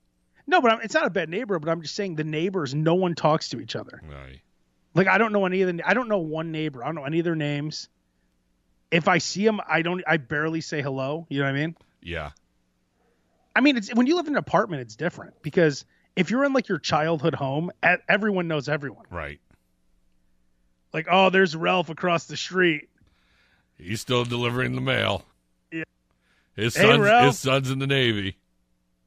Speaker 2: no but I'm, it's not a bad neighborhood but i'm just saying the neighbors no one talks to each other
Speaker 1: Right.
Speaker 2: Like I don't know any of the I don't know one neighbor. I don't know any of their names. If I see them, I don't. I barely say hello. You know what I mean?
Speaker 1: Yeah.
Speaker 2: I mean, it's when you live in an apartment, it's different because if you're in like your childhood home, e- everyone knows everyone.
Speaker 1: Right.
Speaker 2: Like, oh, there's Ralph across the street.
Speaker 1: He's still delivering the mail.
Speaker 2: Yeah.
Speaker 1: His
Speaker 2: Hey,
Speaker 1: son's
Speaker 2: Ralph.
Speaker 1: his son's in the navy.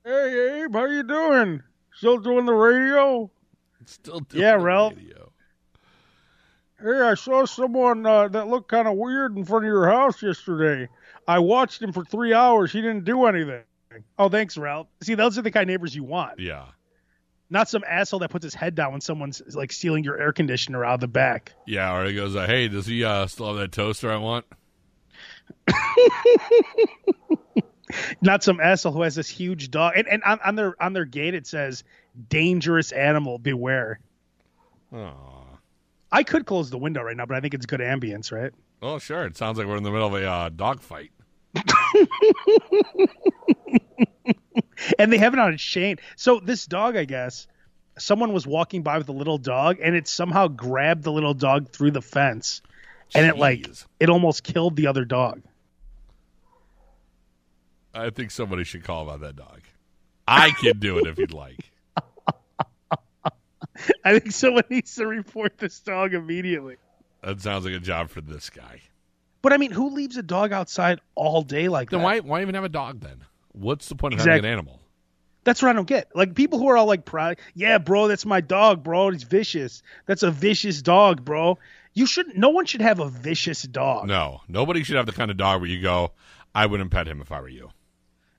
Speaker 2: Hey, Abe, how you doing? Still doing the radio?
Speaker 1: Still doing
Speaker 2: Yeah,
Speaker 1: the
Speaker 2: Ralph.
Speaker 1: radio.
Speaker 2: Hey, I saw someone uh, that looked kind of weird in front of your house yesterday. I watched him for three hours. He didn't do anything. Oh, thanks, Ralph. See, those are the kind of neighbors you want.
Speaker 1: Yeah.
Speaker 2: not some asshole that puts his head down when someone's like stealing your air conditioner out of the back.
Speaker 1: Yeah, or he goes, uh, "Hey, does he uh, still have that toaster I want?"
Speaker 2: Not some asshole who has this huge dog. And, and on, on their on their gate it says "dangerous animal, beware."
Speaker 1: Oh,
Speaker 2: I could close the window right now, but I think it's good ambience, right?
Speaker 1: well, sure. It sounds like we're in the middle of a uh, dog fight.
Speaker 2: And they have it on a chain. So this dog, I guess, someone was walking by with a little dog, and it somehow grabbed the little dog through the fence, and it like
Speaker 1: Jeez.
Speaker 2: it almost killed the other dog. [laughs]
Speaker 1: I think somebody should call about that dog. I can do it if you'd like.
Speaker 2: I think someone [laughs] needs to report this dog immediately.
Speaker 1: That sounds like a job for this
Speaker 2: [laughs]
Speaker 1: guy.
Speaker 2: But I mean, who leaves a dog outside all day like
Speaker 1: Then
Speaker 2: that?
Speaker 1: why why even have a dog then? What's the point of having
Speaker 2: Exactly.
Speaker 1: an animal?
Speaker 2: That's what I don't get. Like people who are all like proud, yeah, bro, that's my dog, bro. He's vicious. That's a vicious dog, bro. You shouldn't. No one should have a vicious dog.
Speaker 1: No, nobody should have the kind of dog where you go, I wouldn't pet him if I were you.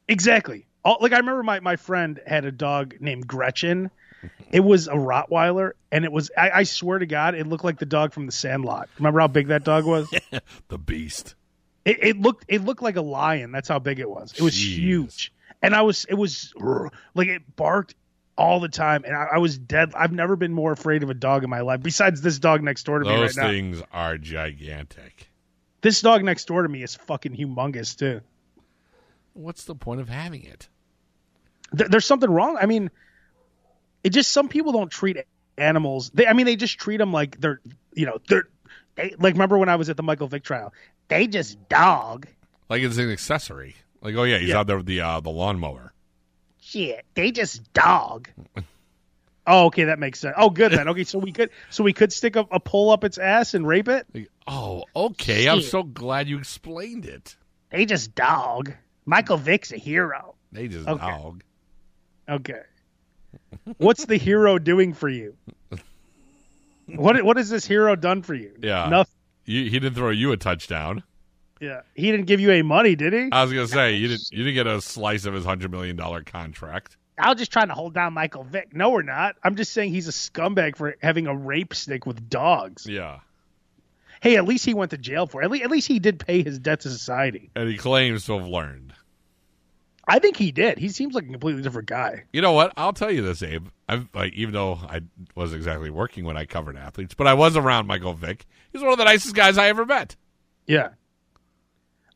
Speaker 2: Exactly. All, like I remember my my friend had a dog named Gretchen. It was a Rottweiler, and it was I, I swear to God, it looked like the dog from The Sandlot. Remember how big that dog was?
Speaker 1: The beast.
Speaker 2: It, it looked it looked like a lion. That's how big it was. It was
Speaker 1: Jeez.
Speaker 2: huge, and I was it was like it barked all the time, and I, I was dead. I've never been more afraid of a dog in my life. Besides this dog next door to me right
Speaker 1: Those
Speaker 2: now.
Speaker 1: things are gigantic.
Speaker 2: This dog next door to me is fucking humongous too.
Speaker 1: What's the point of having it?
Speaker 2: Th- there's something wrong. I mean, it just some people don't treat animals. They I mean they just treat them like they're you know they're they, like remember when I was at the Michael Vick trial. They just dog
Speaker 1: Like it's an accessory. Like, oh yeah, he's
Speaker 2: Yeah.
Speaker 1: out there with the uh, the lawnmower.
Speaker 2: shit. They just dog. Oh, okay, that makes sense. Oh, good then. Okay, so we could so we could stick a, a pole up its ass and rape it.
Speaker 1: Like, oh, okay. I'm
Speaker 2: Shit.
Speaker 1: so glad you explained it.
Speaker 2: They just dog. Michael Vick's a hero.
Speaker 1: They just
Speaker 2: Okay.
Speaker 1: dog.
Speaker 2: Okay. What's the hero doing for you? What what has this hero done for you?
Speaker 1: Yeah.
Speaker 2: Nothing.
Speaker 1: You, he didn't throw you a touchdown.
Speaker 2: Yeah. He didn't give you any money, did he?
Speaker 1: I was gonna say you didn't. You didn't get a slice of his hundred million dollar contract.
Speaker 2: I was just trying to hold down Michael Vick. No, we're not. I'm just saying he's a scumbag for having a rape stick with dogs.
Speaker 1: Yeah,
Speaker 2: Hey, at least he went to jail for it. At, le- at least he did pay his debt to society.
Speaker 1: and he claims to have learned.
Speaker 2: I think he did. He seems like a completely different guy.
Speaker 1: You know what? I'll tell you this, Abe. I've like, even though I wasn't exactly working when I covered athletes, but I was around Michael Vick. He's one of the nicest guys I ever met.
Speaker 2: Yeah.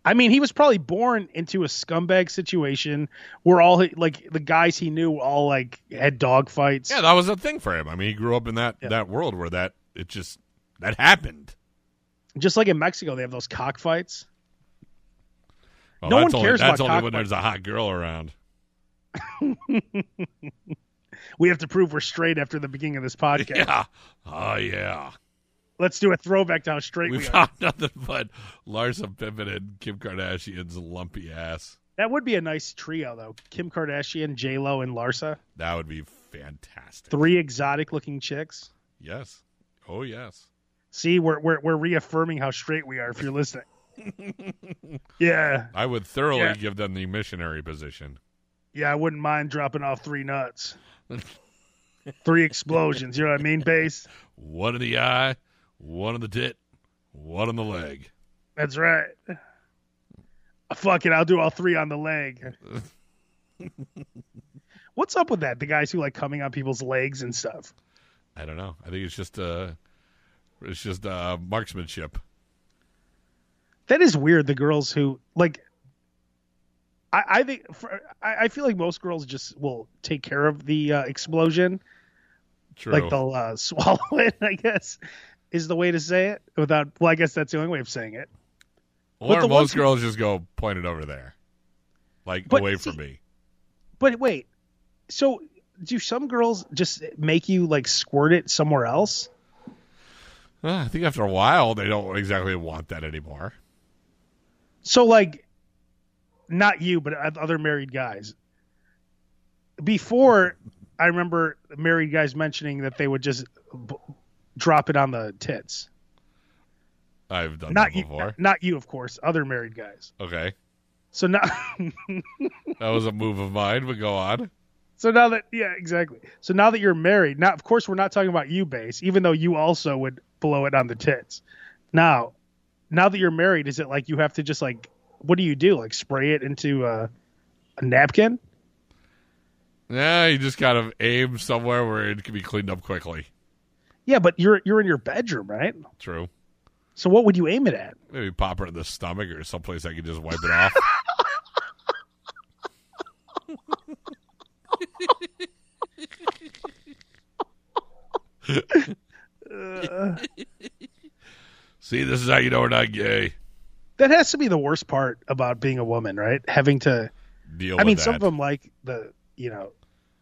Speaker 2: I mean, he was probably born into a scumbag situation where all he- like the guys he knew all like had dog fights.
Speaker 1: Yeah, that was a thing for him. I mean, he grew up in that that world where that it just that happened.
Speaker 2: Just like in Mexico, they have those cockfights.
Speaker 1: Well,
Speaker 2: No
Speaker 1: that's
Speaker 2: one
Speaker 1: only,
Speaker 2: cares
Speaker 1: That's
Speaker 2: about
Speaker 1: only when
Speaker 2: cockfight.
Speaker 1: there's a hot girl around.
Speaker 2: We have to prove we're straight after the beginning of this podcast.
Speaker 1: Yeah. Oh yeah.
Speaker 2: Let's do a throwback to how straight
Speaker 1: We
Speaker 2: we, are.
Speaker 1: found nothing but Larsa Pippen and Kim Kardashian's lumpy ass.
Speaker 2: That would be a nice trio, though. Kim Kardashian, J Lo, and Larsa.
Speaker 1: That would be fantastic.
Speaker 2: Three exotic looking chicks.
Speaker 1: Yes. Oh yes.
Speaker 2: See, we're, we're, we're reaffirming how straight we are if
Speaker 1: [laughs]
Speaker 2: you're listening. yeah.
Speaker 1: I would thoroughly
Speaker 2: Yeah.
Speaker 1: give them the missionary position.
Speaker 2: Yeah, I wouldn't mind dropping off three nuts. three explosions. You know what I mean, Base?
Speaker 1: One in the eye, one in the tit, one in the leg.
Speaker 2: That's right. Uh, Fuck it. I'll do all three on the leg. What's up with that? The guys who like coming on people's legs and stuff.
Speaker 1: I don't know. I think it's just uh it's just uh marksmanship.
Speaker 2: That is weird. The girls who like, I, I think for, I, I feel like most girls just will take care of the uh, explosion,
Speaker 1: True.
Speaker 2: like they'll uh, [laughs] swallow it. I guess is the way to say it without. Well, I guess that's the only way of saying it.
Speaker 1: or
Speaker 2: but the
Speaker 1: most
Speaker 2: ones-
Speaker 1: girls just go point it over there. Like
Speaker 2: But
Speaker 1: away
Speaker 2: see-
Speaker 1: from me.
Speaker 2: But wait, so do some girls just make you like squirt it somewhere else?
Speaker 1: Uh, I think after a while they don't exactly want that anymore.
Speaker 2: So like, not you, but other married guys. Before, I remember married guys mentioning that they would just b- drop it on the tits.
Speaker 1: I've done
Speaker 2: Not
Speaker 1: that
Speaker 2: you,
Speaker 1: Oh, before.
Speaker 2: not you, of course. Other married guys.
Speaker 1: Okay.
Speaker 2: So now, [laughs]
Speaker 1: That was a move of mine, but go on.
Speaker 2: so now that yeah, exactly. So now that you're married, now of course we're not talking about you, base, even though you also would blow it on the tits. Now, now that you're married, is it like you have to just like what do you do? Like spray it into uh, a napkin?
Speaker 1: Yeah, you just kind of aim somewhere where it can be cleaned up quickly.
Speaker 2: Yeah, but you're you're in your bedroom, right?
Speaker 1: True.
Speaker 2: So what would you aim it at?
Speaker 1: Maybe pop her in the stomach or someplace I could just wipe it off. See, this is how you know we're not gay.
Speaker 2: That has to be the worst part about being a woman, right? Having to
Speaker 1: deal.
Speaker 2: I
Speaker 1: with
Speaker 2: mean,
Speaker 1: that.
Speaker 2: some of them like the you know,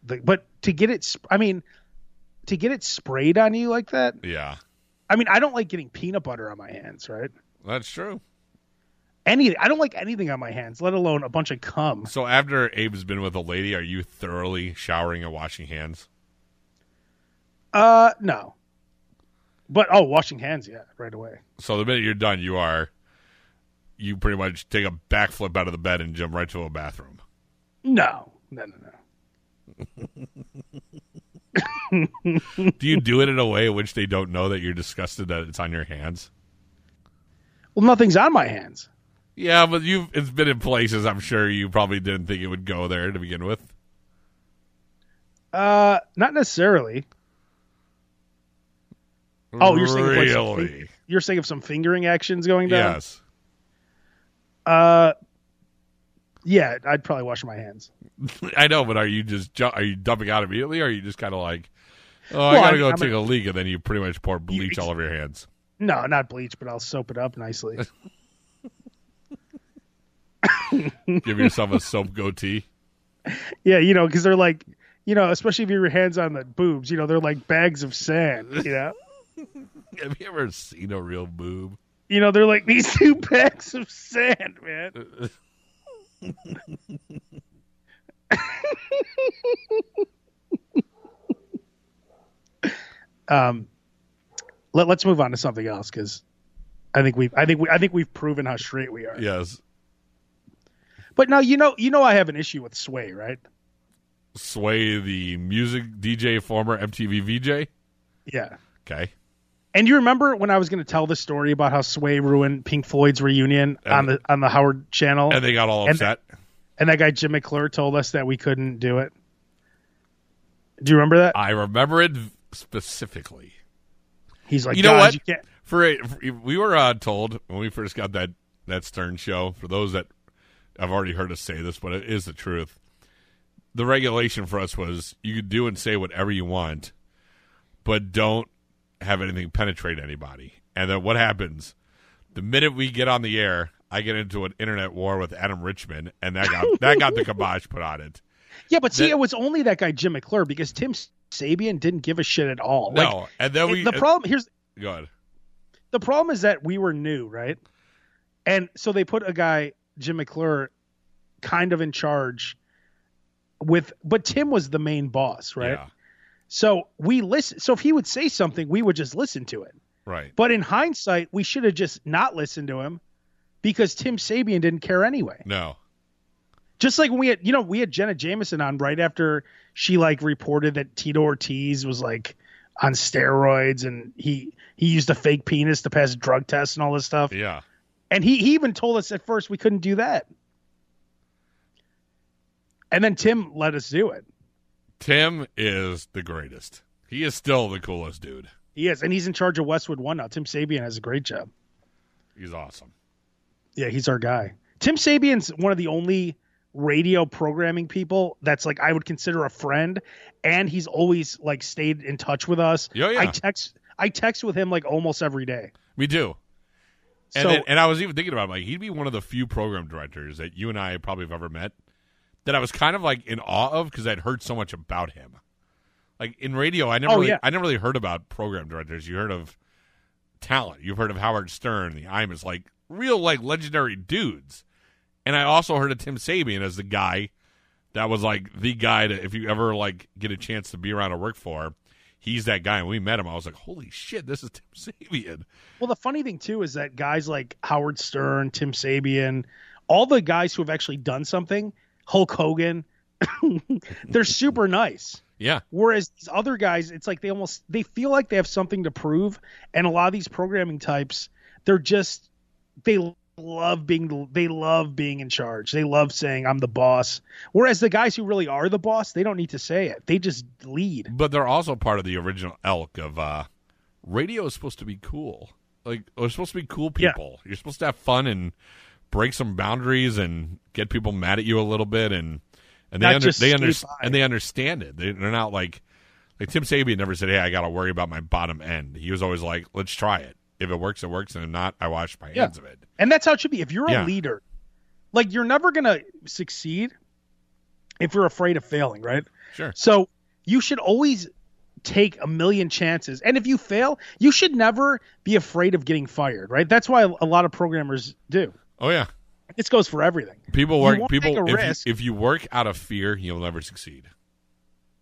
Speaker 2: the but to get it, sp- I mean, to get it sprayed on you like that.
Speaker 1: Yeah,
Speaker 2: I mean, I don't like getting peanut butter on my hands, right?
Speaker 1: that's true.
Speaker 2: Any, I don't like anything on my hands, let alone a bunch of cum.
Speaker 1: So after Abe's been with a lady, are you thoroughly showering and washing hands?
Speaker 2: Uh, no. But oh, washing hands, yeah, right away.
Speaker 1: So the minute you're done, you are. You pretty much take a backflip out of the bed and jump right to a bathroom.
Speaker 2: No, no, no, no.
Speaker 1: Do you do it in a way in which they don't know that you're disgusted that it's on your hands?
Speaker 2: Well, nothing's on my hands.
Speaker 1: Yeah, but you've it's been in places I'm sure you probably didn't think it would go there to begin with.
Speaker 2: Uh, not necessarily. Oh, you're saying like some
Speaker 1: really?
Speaker 2: fing- you're saying of some fingering actions going down.
Speaker 1: Yes.
Speaker 2: Uh, yeah, I'd probably wash my hands.
Speaker 1: I know, but are you just ju- are you dumping out immediately or are you just kind of like Oh, I
Speaker 2: Well,
Speaker 1: gotta
Speaker 2: I'm-
Speaker 1: go
Speaker 2: I'm
Speaker 1: take a leak, and then you pretty much pour bleach
Speaker 2: ex-
Speaker 1: all over your hands.
Speaker 2: No, not bleach, but I'll soap it
Speaker 1: [laughs]
Speaker 2: up nicely.
Speaker 1: Give yourself a soap goatee. [laughs]
Speaker 2: yeah, you know, because they're like, you know, especially if your hands on the boobs, you know, they're like bags of sand. You know,
Speaker 1: Have you ever seen a real boob? [laughs]
Speaker 2: you know, they're like these [laughs] two bags of sand, man. um, let, let's move on to something else because I think we've I think we I think we've proven how straight we are.
Speaker 1: Yes.
Speaker 2: But now you know you know I have an issue with Sway, right?
Speaker 1: Sway the music DJ, former MTV VJ.
Speaker 2: Yeah.
Speaker 1: Okay.
Speaker 2: And you remember when I was going to tell the story about how Sway ruined Pink Floyd's reunion on the on the Howard Channel,
Speaker 1: And
Speaker 2: and,
Speaker 1: they got all
Speaker 2: And-
Speaker 1: upset.
Speaker 2: that guy Jim McClure told us that we couldn't do it. Do you remember that?
Speaker 1: I remember it specifically.
Speaker 2: He's like,
Speaker 1: You know
Speaker 2: "Guys,
Speaker 1: what?
Speaker 2: You can't.
Speaker 1: for, a, for- we were uh, told when we first got that that Stern show. For those that have already heard us say this, but it is the truth. The regulation for us was you could do and say whatever you want, but don't have anything penetrate anybody. And then what happens? The minute we get on the air, I get into an internet war with Adam Richman, and that got that
Speaker 2: [laughs]
Speaker 1: got the kibosh put on it.
Speaker 2: Yeah, but see,
Speaker 1: That-
Speaker 2: it was only that guy Jim McClure because Tim Sabian didn't give a shit at all. like,
Speaker 1: no, and then
Speaker 2: it-
Speaker 1: we uh,
Speaker 2: the problem here's
Speaker 1: go ahead.
Speaker 2: the problem is that we were new, right? And so they put a guy, Jim McClure, kind of in charge with but Tim was the main boss, right?
Speaker 1: Yeah,
Speaker 2: So we listen so if he would say something, we would just listen to it.
Speaker 1: right.
Speaker 2: But in hindsight, we should have just not listened to him because Tim Sabian didn't care anyway.
Speaker 1: No,
Speaker 2: Just like when we had you know, we had Jenna Jameson on right after she like reported that Tito Ortiz was like on steroids and he he used a fake penis to pass drug tests and all this stuff.
Speaker 1: yeah.
Speaker 2: And he, he even told us at first we couldn't do that. And then Tim let us do it.
Speaker 1: Tim is the greatest. He is still the coolest dude.
Speaker 2: He is. And he's in charge of Westwood One now. Tim Sabian has a great job.
Speaker 1: He's awesome.
Speaker 2: Yeah, he's our guy. Tim Sabian's one of the only radio programming people that's like I would consider a friend. And he's always like stayed in touch with us.
Speaker 1: Yeah, yeah.
Speaker 2: I text I text with him like almost every day.
Speaker 1: We do. And,
Speaker 2: So
Speaker 1: then- and I was even thinking about it, like he'd be one of the few program directors that you and I probably have ever met that I was kind of like in awe of because I'd heard so much about him. Like in radio, I never
Speaker 2: Oh,
Speaker 1: really,
Speaker 2: yeah.
Speaker 1: I never really heard about program directors. You heard of talent. You've heard of Howard Stern, the Imus, like real like legendary dudes. And I also heard of Tim Sabian as the guy that was like the guy that if you ever like get a chance to be around or work for, he's that guy. And we met him. I was like, holy shit, this is Tim Sabian.
Speaker 2: Well, the funny thing too is that guys like Howard Stern, Tim Sabian, all the guys who have actually done something, Hulk Hogan, [coughs] they're super nice.
Speaker 1: Yeah.
Speaker 2: Whereas these other guys, it's like they almost they feel like they have something to prove, and a lot of these programming types, they're just they love being they love being in charge. They love saying I'm the boss. Whereas the guys who really are the boss, they don't need to say it. They just lead.
Speaker 1: But they're also part of the original elk of uh, radio is supposed to be cool. Like we're supposed to be cool
Speaker 2: Yeah.
Speaker 1: people. You're supposed to have fun and break some boundaries and get people mad at you a little bit and and they
Speaker 2: Not
Speaker 1: under,
Speaker 2: just
Speaker 1: they
Speaker 2: skate
Speaker 1: under,
Speaker 2: by.
Speaker 1: and they understand it. They, they're not like like Tim Sabian never said, "Hey, I got to worry about my bottom end." He was always like, "Let's try it. If it works, it works, and if not, I wash my
Speaker 2: Yeah.
Speaker 1: hands of it."
Speaker 2: And that's how it should be. If you're
Speaker 1: Yeah.
Speaker 2: a leader, like you're never gonna succeed if you're afraid of failing, right?
Speaker 1: Sure.
Speaker 2: So you should always take a million chances. And if you fail, you should never be afraid of getting fired, right? That's why a lot of programmers do.
Speaker 1: Oh yeah.
Speaker 2: This goes for everything.
Speaker 1: People
Speaker 2: You
Speaker 1: work.
Speaker 2: won't
Speaker 1: People,
Speaker 2: take a
Speaker 1: if
Speaker 2: risk.
Speaker 1: you, if you work out of fear, you'll never succeed.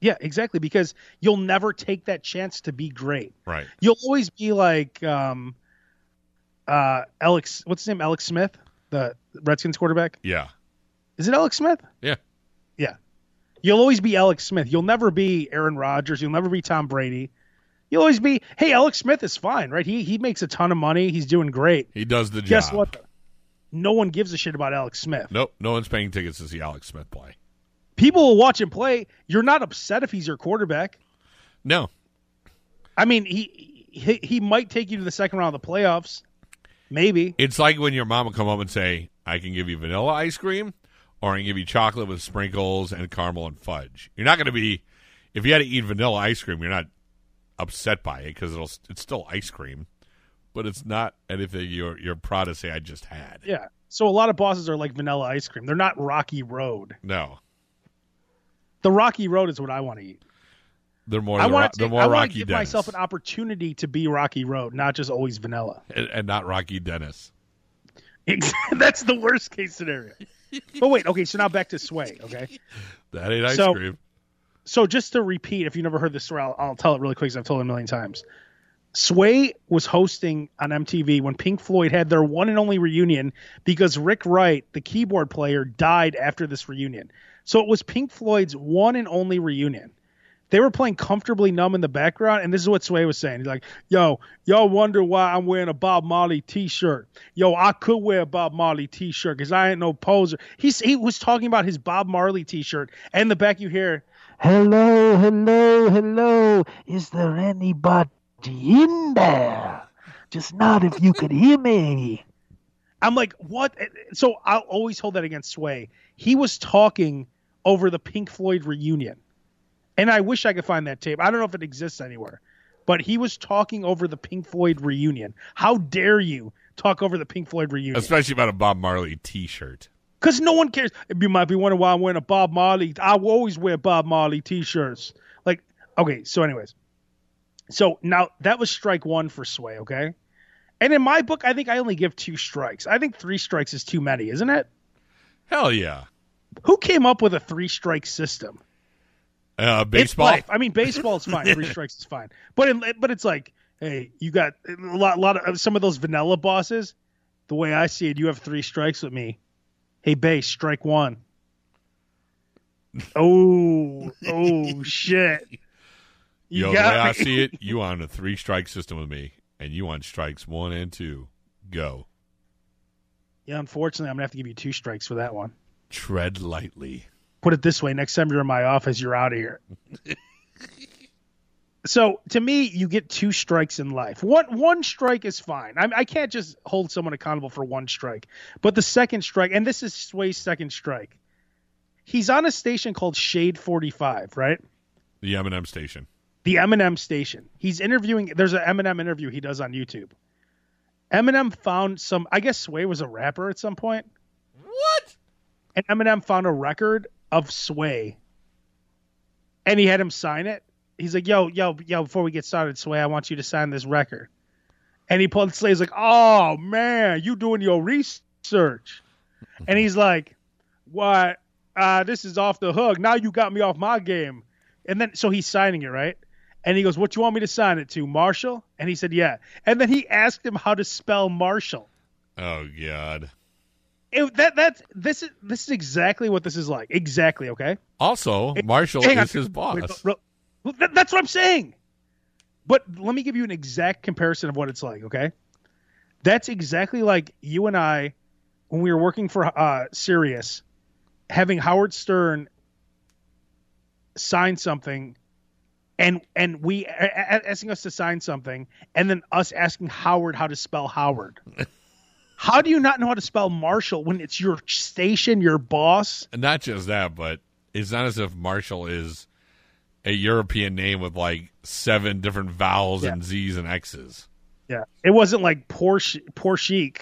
Speaker 2: Yeah, exactly. Because you'll never take that chance to be great.
Speaker 1: Right.
Speaker 2: You'll always be like um uh Alex what's his name? Alex Smith, the Redskins quarterback.
Speaker 1: Yeah.
Speaker 2: Is it Alex Smith?
Speaker 1: Yeah.
Speaker 2: Yeah. You'll always be Alex Smith. You'll never be Aaron Rodgers. You'll never be Tom Brady. You'll always be, hey, Alex Smith is fine, right? He he makes a ton of money. He's doing great.
Speaker 1: He does the job.
Speaker 2: Guess what? though? No one gives a shit about Alex Smith.
Speaker 1: Nope. No one's paying tickets to see Alex Smith play.
Speaker 2: People will watch him play. You're not upset if he's your quarterback.
Speaker 1: No.
Speaker 2: I mean, he he, he might take you to the second round of the playoffs. Maybe.
Speaker 1: It's like when your mom will come home and say, "I can give you vanilla ice cream, or I can give you chocolate with sprinkles and caramel and fudge." You're not going to be if you had to eat vanilla ice cream, you're not upset by it because it'll it's still ice cream, but it's not anything you're you're proud to say I just had.
Speaker 2: Yeah. So a lot of bosses are like vanilla ice cream. They're not Rocky Road.
Speaker 1: No,
Speaker 2: The Rocky Road is what I want to eat.
Speaker 1: they're more
Speaker 2: I
Speaker 1: the, ro-
Speaker 2: want
Speaker 1: they're
Speaker 2: to
Speaker 1: more
Speaker 2: I want to
Speaker 1: Rocky
Speaker 2: give
Speaker 1: Dennis
Speaker 2: myself an opportunity to be Rocky Road, not just always vanilla. [laughs]
Speaker 1: and, and not Rocky Dennis.
Speaker 2: That's the worst case scenario. but wait, okay, so now back to Sway, okay?
Speaker 1: That ain't ice
Speaker 2: So-
Speaker 1: cream.
Speaker 2: So just to repeat, if you never heard this story, I'll, I'll tell it really quick because I've told it a million times. Sway was hosting on MTV when Pink Floyd had their one and only reunion because Rick Wright, the keyboard player, died after this reunion. So it was Pink Floyd's one and only reunion. They were playing comfortably numb in the background, and this is what Sway was saying. He's like, "Yo, y'all wonder why I'm wearing a Bob Marley T-shirt. Yo, I could wear a Bob Marley T-shirt because I ain't no poser." He's, he was talking about his Bob Marley T-shirt, and in the back you hear,
Speaker 3: Hello, hello, hello. Is there anybody in there? Just not if you could hear me.
Speaker 2: I'm like, what? So I'll always hold that against Sway. He was talking over the Pink Floyd reunion. And I wish I could find that tape. I don't know if it exists anywhere, but he was talking over the Pink Floyd reunion. How dare you talk over the Pink Floyd reunion?
Speaker 1: Especially about a Bob Marley T-shirt.
Speaker 2: Because no one cares. You might be wondering why I'm wearing a Bob Marley. I will always wear Bob Marley t-shirts. Like, okay, so anyways. So now that was strike one for Sway, okay? And in my book, I think I only give two strikes. I think three strikes is too many, isn't it?
Speaker 1: Hell yeah,
Speaker 2: Who came up with a three strike system?
Speaker 1: uh, baseball.
Speaker 2: It's life. I
Speaker 1: [laughs]
Speaker 2: mean, baseball is fine. Three strikes is fine. But in, but it's like, hey, you got a lot, lot of some of those vanilla bosses. The way I see it, you have three strikes with me. Hey, base, strike one. Oh,
Speaker 1: [laughs]
Speaker 2: oh shit!
Speaker 1: Yo,
Speaker 2: You
Speaker 1: the way I
Speaker 2: got me.
Speaker 1: see it,
Speaker 2: [laughs]
Speaker 1: you on a three strike system with me, and you on strikes one and two. Go.
Speaker 2: Yeah, unfortunately, I'm gonna have to give you two strikes for that one.
Speaker 1: Tread lightly.
Speaker 2: put it this way next time you're in my office you're out of here [laughs] so to me you get two strikes in life one one strike is fine I, I can't just hold someone accountable for one strike but the second strike and this is sway's second strike he's on a station called shade 45 right
Speaker 1: The M&M station.
Speaker 2: the Eminem station. He's interviewing. There's an Eminem interview he does on YouTube. Eminem found some. I guess Sway was a rapper at some point. What? And Eminem found a record of Sway, and he had him sign it. He's like, "Yo, yo, yo! Before we get started, Sway, I want you to sign this record." And he pulled Sway's like, "Oh man, you doing your research?" And he's like, "What? Uh, this is off the hook. Now you got me off my game." And then so he's signing it, right? And he goes, "What you want me to sign it to, Marshall?" And he said, "Yeah." And then he asked him how to spell Marshall.
Speaker 1: Oh, God.
Speaker 2: It, that that's this is this is exactly what this is like. Exactly, okay?
Speaker 1: Also, Marshall
Speaker 2: Hang on.
Speaker 1: is his boss.
Speaker 2: Wait, real- well, that- that's what I'm saying. But let me give you an exact comparison of what it's like, okay? That's exactly like you and I when we were working for uh Sirius having Howard Stern sign something and and we a- a- asking us to sign something and then us asking Howard how to
Speaker 1: [laughs]
Speaker 2: spell Howard. how do you not know how to spell Marshall when it's your station, your boss?
Speaker 1: And not just that, but it's not as if Marshall is a European name with like seven different vowels
Speaker 2: Yeah.
Speaker 1: and Z's and X's.
Speaker 2: Yeah, it wasn't like Porsche Porsche.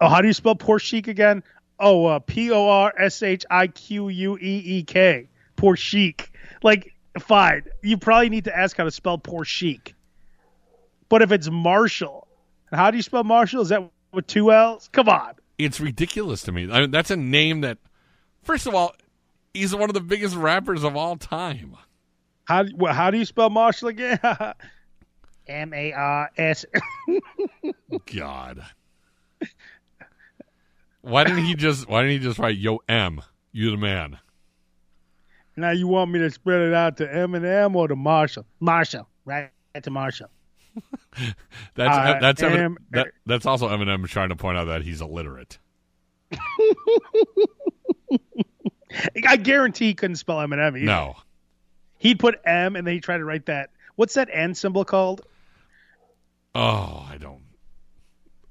Speaker 2: Oh, how do you spell Porsche again? oh, uh, P O R S H I Q U E E K. Poor chic. Like, fine. You probably need to ask how to spell poor chic. But if it's Marshall, and how do you spell Marshall? Is that with two L's? Come on.
Speaker 1: It's ridiculous to me. I mean, that's a name that, first of all, he's one of the biggest rappers of all time.
Speaker 2: How do- wh- how do you spell Marshall again? [laughs] M A R S.
Speaker 1: God. Why didn't he just? Why didn't he just write Yo M? You the man.
Speaker 2: Now you want me to spread it out to Eminem or to Marshall? Marshall, right to Marshall.
Speaker 1: That's
Speaker 2: I
Speaker 1: that's Emin-
Speaker 2: am-
Speaker 1: that, that's also Eminem trying to point out that he's illiterate.
Speaker 2: I guarantee he couldn't spell Eminem. Either.
Speaker 1: No,
Speaker 2: He'd put M and then he tried to write that. What's that N symbol called?
Speaker 1: oh, I don't.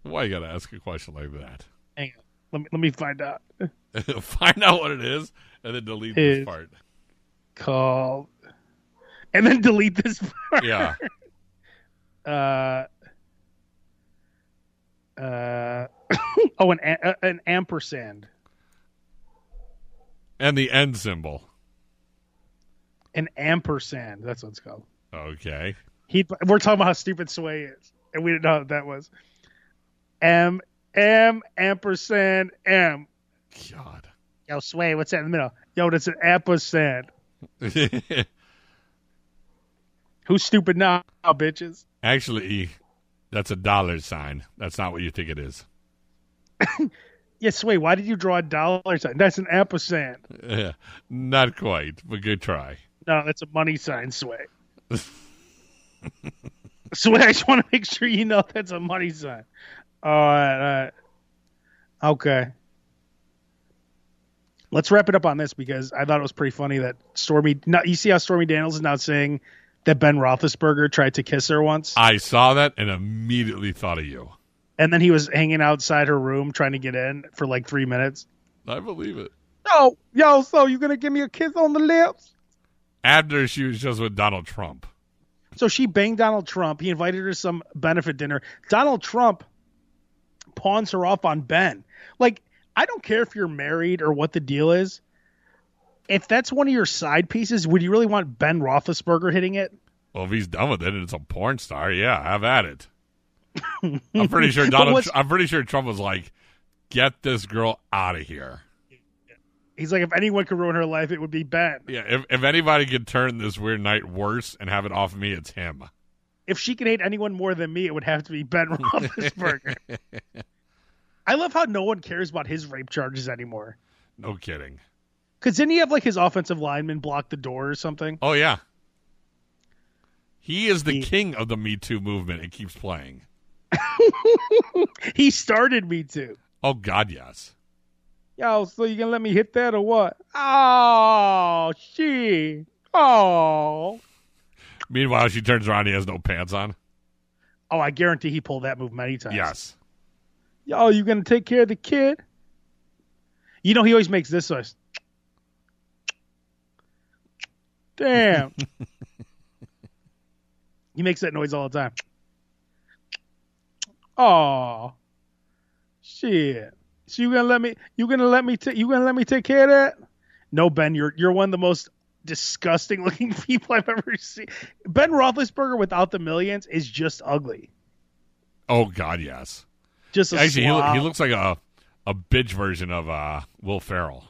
Speaker 1: Why you gotta ask a question like that? [laughs]
Speaker 2: Hang on. Let me, let me find out.
Speaker 1: Find out what it is and then delete this
Speaker 2: Is-
Speaker 1: part.
Speaker 2: Called. And then [laughs] delete this part.
Speaker 1: Yeah,
Speaker 2: Uh, uh, [coughs] oh, an, a- an ampersand.
Speaker 1: and the end symbol.
Speaker 2: An ampersand. That's what it's called.
Speaker 1: Okay,
Speaker 2: He we're talking about how stupid Sway is, and we didn't know what that was. M M ampersand M.
Speaker 1: God. [laughs]
Speaker 2: Yo, Sway, what's that in the middle? Yo, that's an ampersand. Who's stupid now, bitches?
Speaker 1: Actually, that's a dollar sign. That's not what you think it is. [laughs]
Speaker 2: Yeah, Sway, why did you draw a dollar sign? That's an ampersand.
Speaker 1: not quite, but good try. [laughs]
Speaker 2: No, that's a money sign, Sway. [laughs] Sway, I just want to make sure you know that's a money sign. All right, all right. Okay. Let's wrap it up on this because I thought it was pretty funny that Stormy. Now, you see how Stormy Daniels is now saying that Ben Roethlisberger tried to kiss her once,
Speaker 1: I saw that and immediately thought of you.
Speaker 2: and then he was hanging outside her room trying to get in for like three minutes.
Speaker 1: I believe it.
Speaker 2: Yo, yo, so you gonna give me a kiss on the lips?
Speaker 1: After she was just with Donald Trump.
Speaker 2: So she banged Donald Trump. He invited her to some benefit dinner. Donald Trump pawns her off on Ben. Like, I don't care if you're married or what the deal is. If that's one of your side pieces, would you really want Ben Roethlisberger hitting it?
Speaker 1: Well, if he's done with it and it's a porn star, yeah, have at
Speaker 2: [laughs]
Speaker 1: it. I'm pretty sure Donald.
Speaker 2: what's-
Speaker 1: Tr- I'm pretty sure Trump was like, "Get this girl out of here."
Speaker 2: He's like, if anyone could ruin her life, it would be Ben.
Speaker 1: Yeah, if if anybody could turn this weird night worse and have it off me, it's him.
Speaker 2: If she can hate anyone more than me, it would have to be Ben [laughs] Roethlisberger. I love how no one cares about his rape charges anymore.
Speaker 1: No kidding.
Speaker 2: Because didn't he have like his offensive lineman block the door or something?
Speaker 1: Oh yeah, he is the
Speaker 2: He-
Speaker 1: king of the Me Too movement. It keeps playing.
Speaker 2: He started me to.
Speaker 1: Oh God, yes.
Speaker 2: Yo, so you gonna let me hit that or what? Oh, she. Oh.
Speaker 1: Meanwhile, she turns around. He has no pants on.
Speaker 2: Oh, I guarantee he pulled that move many times.
Speaker 1: Yes.
Speaker 2: Yo, you gonna take care of the kid? You know he always makes this noise. Damn. he makes that noise all the time. Oh. Shit. So you gonna let me you gonna let me ta- you gonna let me take care of that? No, Ben, you're you're one of the most disgusting looking [laughs] people I've ever seen. Ben Roethlisberger without the millions is just ugly.
Speaker 1: Oh God, yes.
Speaker 2: Just a
Speaker 1: Actually, he, lo-
Speaker 2: slob.
Speaker 1: he looks like a a bitch version of uh, Will Ferrell.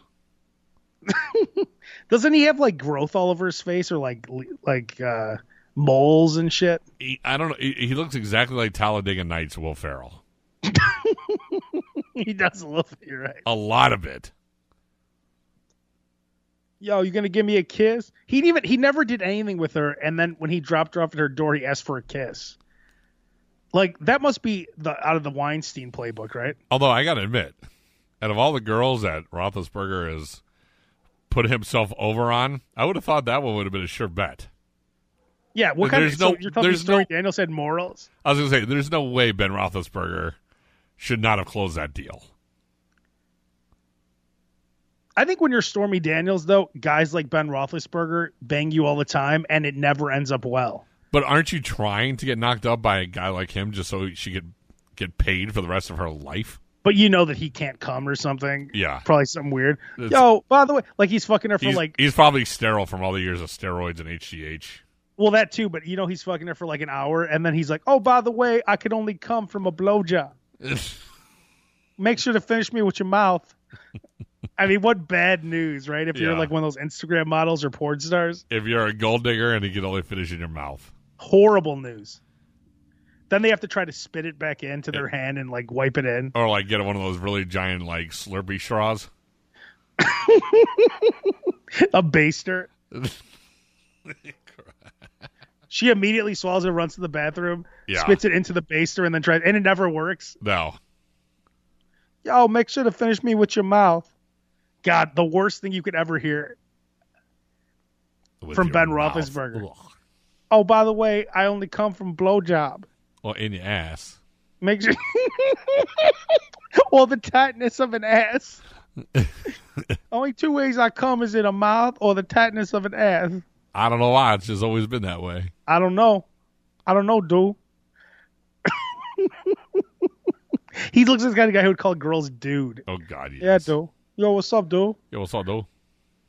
Speaker 2: Doesn't he have like growth all over his face or like le- like uh moles and shit? [laughs]
Speaker 1: He, I don't know. He, he looks exactly like Talladega Nights Will Ferrell.
Speaker 2: he does a little bit, you're right.
Speaker 1: A lot of it.
Speaker 2: Yo, you gonna give me a kiss? He didn't even he never did anything with her, and then when he dropped her off at her door, he asked for a kiss. Like that must be the out of the Weinstein playbook, right?
Speaker 1: Although I gotta admit, out of all the girls that Roethlisberger has put himself over on, I would have thought that one would have been a sure bet.
Speaker 2: Yeah, what kind
Speaker 1: There's
Speaker 2: of so
Speaker 1: no-
Speaker 2: you're talking
Speaker 1: there's
Speaker 2: story
Speaker 1: no-
Speaker 2: Daniel said morals?
Speaker 1: I was gonna say, there's no way Ben Roethlisberger should not have closed that deal.
Speaker 2: I think when you're Stormy Daniels though, guys like Ben Roethlisberger bang you all the time and it never ends up well.
Speaker 1: But aren't you trying to get knocked up by a guy like him just so she could get paid for the rest of her life?
Speaker 2: but you know that he can't come or something.
Speaker 1: Yeah.
Speaker 2: Probably something weird.
Speaker 1: It's-
Speaker 2: Yo, by the way, like he's fucking her for
Speaker 1: he's,
Speaker 2: like
Speaker 1: he's probably sterile from all the years of steroids and HGH. [laughs]
Speaker 2: well that too, but you know he's fucking her for like an hour, and then he's like, oh by the way, I could only come from a blowjob. Make sure to finish me with your mouth.
Speaker 1: [laughs]
Speaker 2: I mean, what bad news, right? If you're
Speaker 1: Yeah.
Speaker 2: like one of those Instagram models or porn stars,
Speaker 1: if you're a gold digger and you can only finish in your mouth.
Speaker 2: horrible news. Then they have to try to spit it back into their hand and like wipe it in.
Speaker 1: Or like get one of those really giant like Slurpee straws.
Speaker 2: a baster. She immediately swallows it, runs to the bathroom,
Speaker 1: Yeah.
Speaker 2: spits it into the baster, and then tries. And it never works.
Speaker 1: No.
Speaker 2: Yo, Oh, make sure to finish me with your mouth. God, the worst thing you could ever hear.
Speaker 1: With
Speaker 2: From
Speaker 1: your
Speaker 2: Ben
Speaker 1: mouth.
Speaker 2: Roethlisberger.
Speaker 1: Ugh.
Speaker 2: Oh, by the way, I only come from blowjob.
Speaker 1: Well, in your ass.
Speaker 2: Make sure. [laughs] well, the tightness of an ass. only two ways I come is in a mouth or the tightness of an ass.
Speaker 1: I don't know why. It's just always been that way.
Speaker 2: I don't know. I don't know, dude. [laughs] he looks like the kind of guy who would call girls dude.
Speaker 1: Oh God, yes.
Speaker 2: Yeah, dude. Yo, what's up, dude?
Speaker 1: Yo, what's up, dude?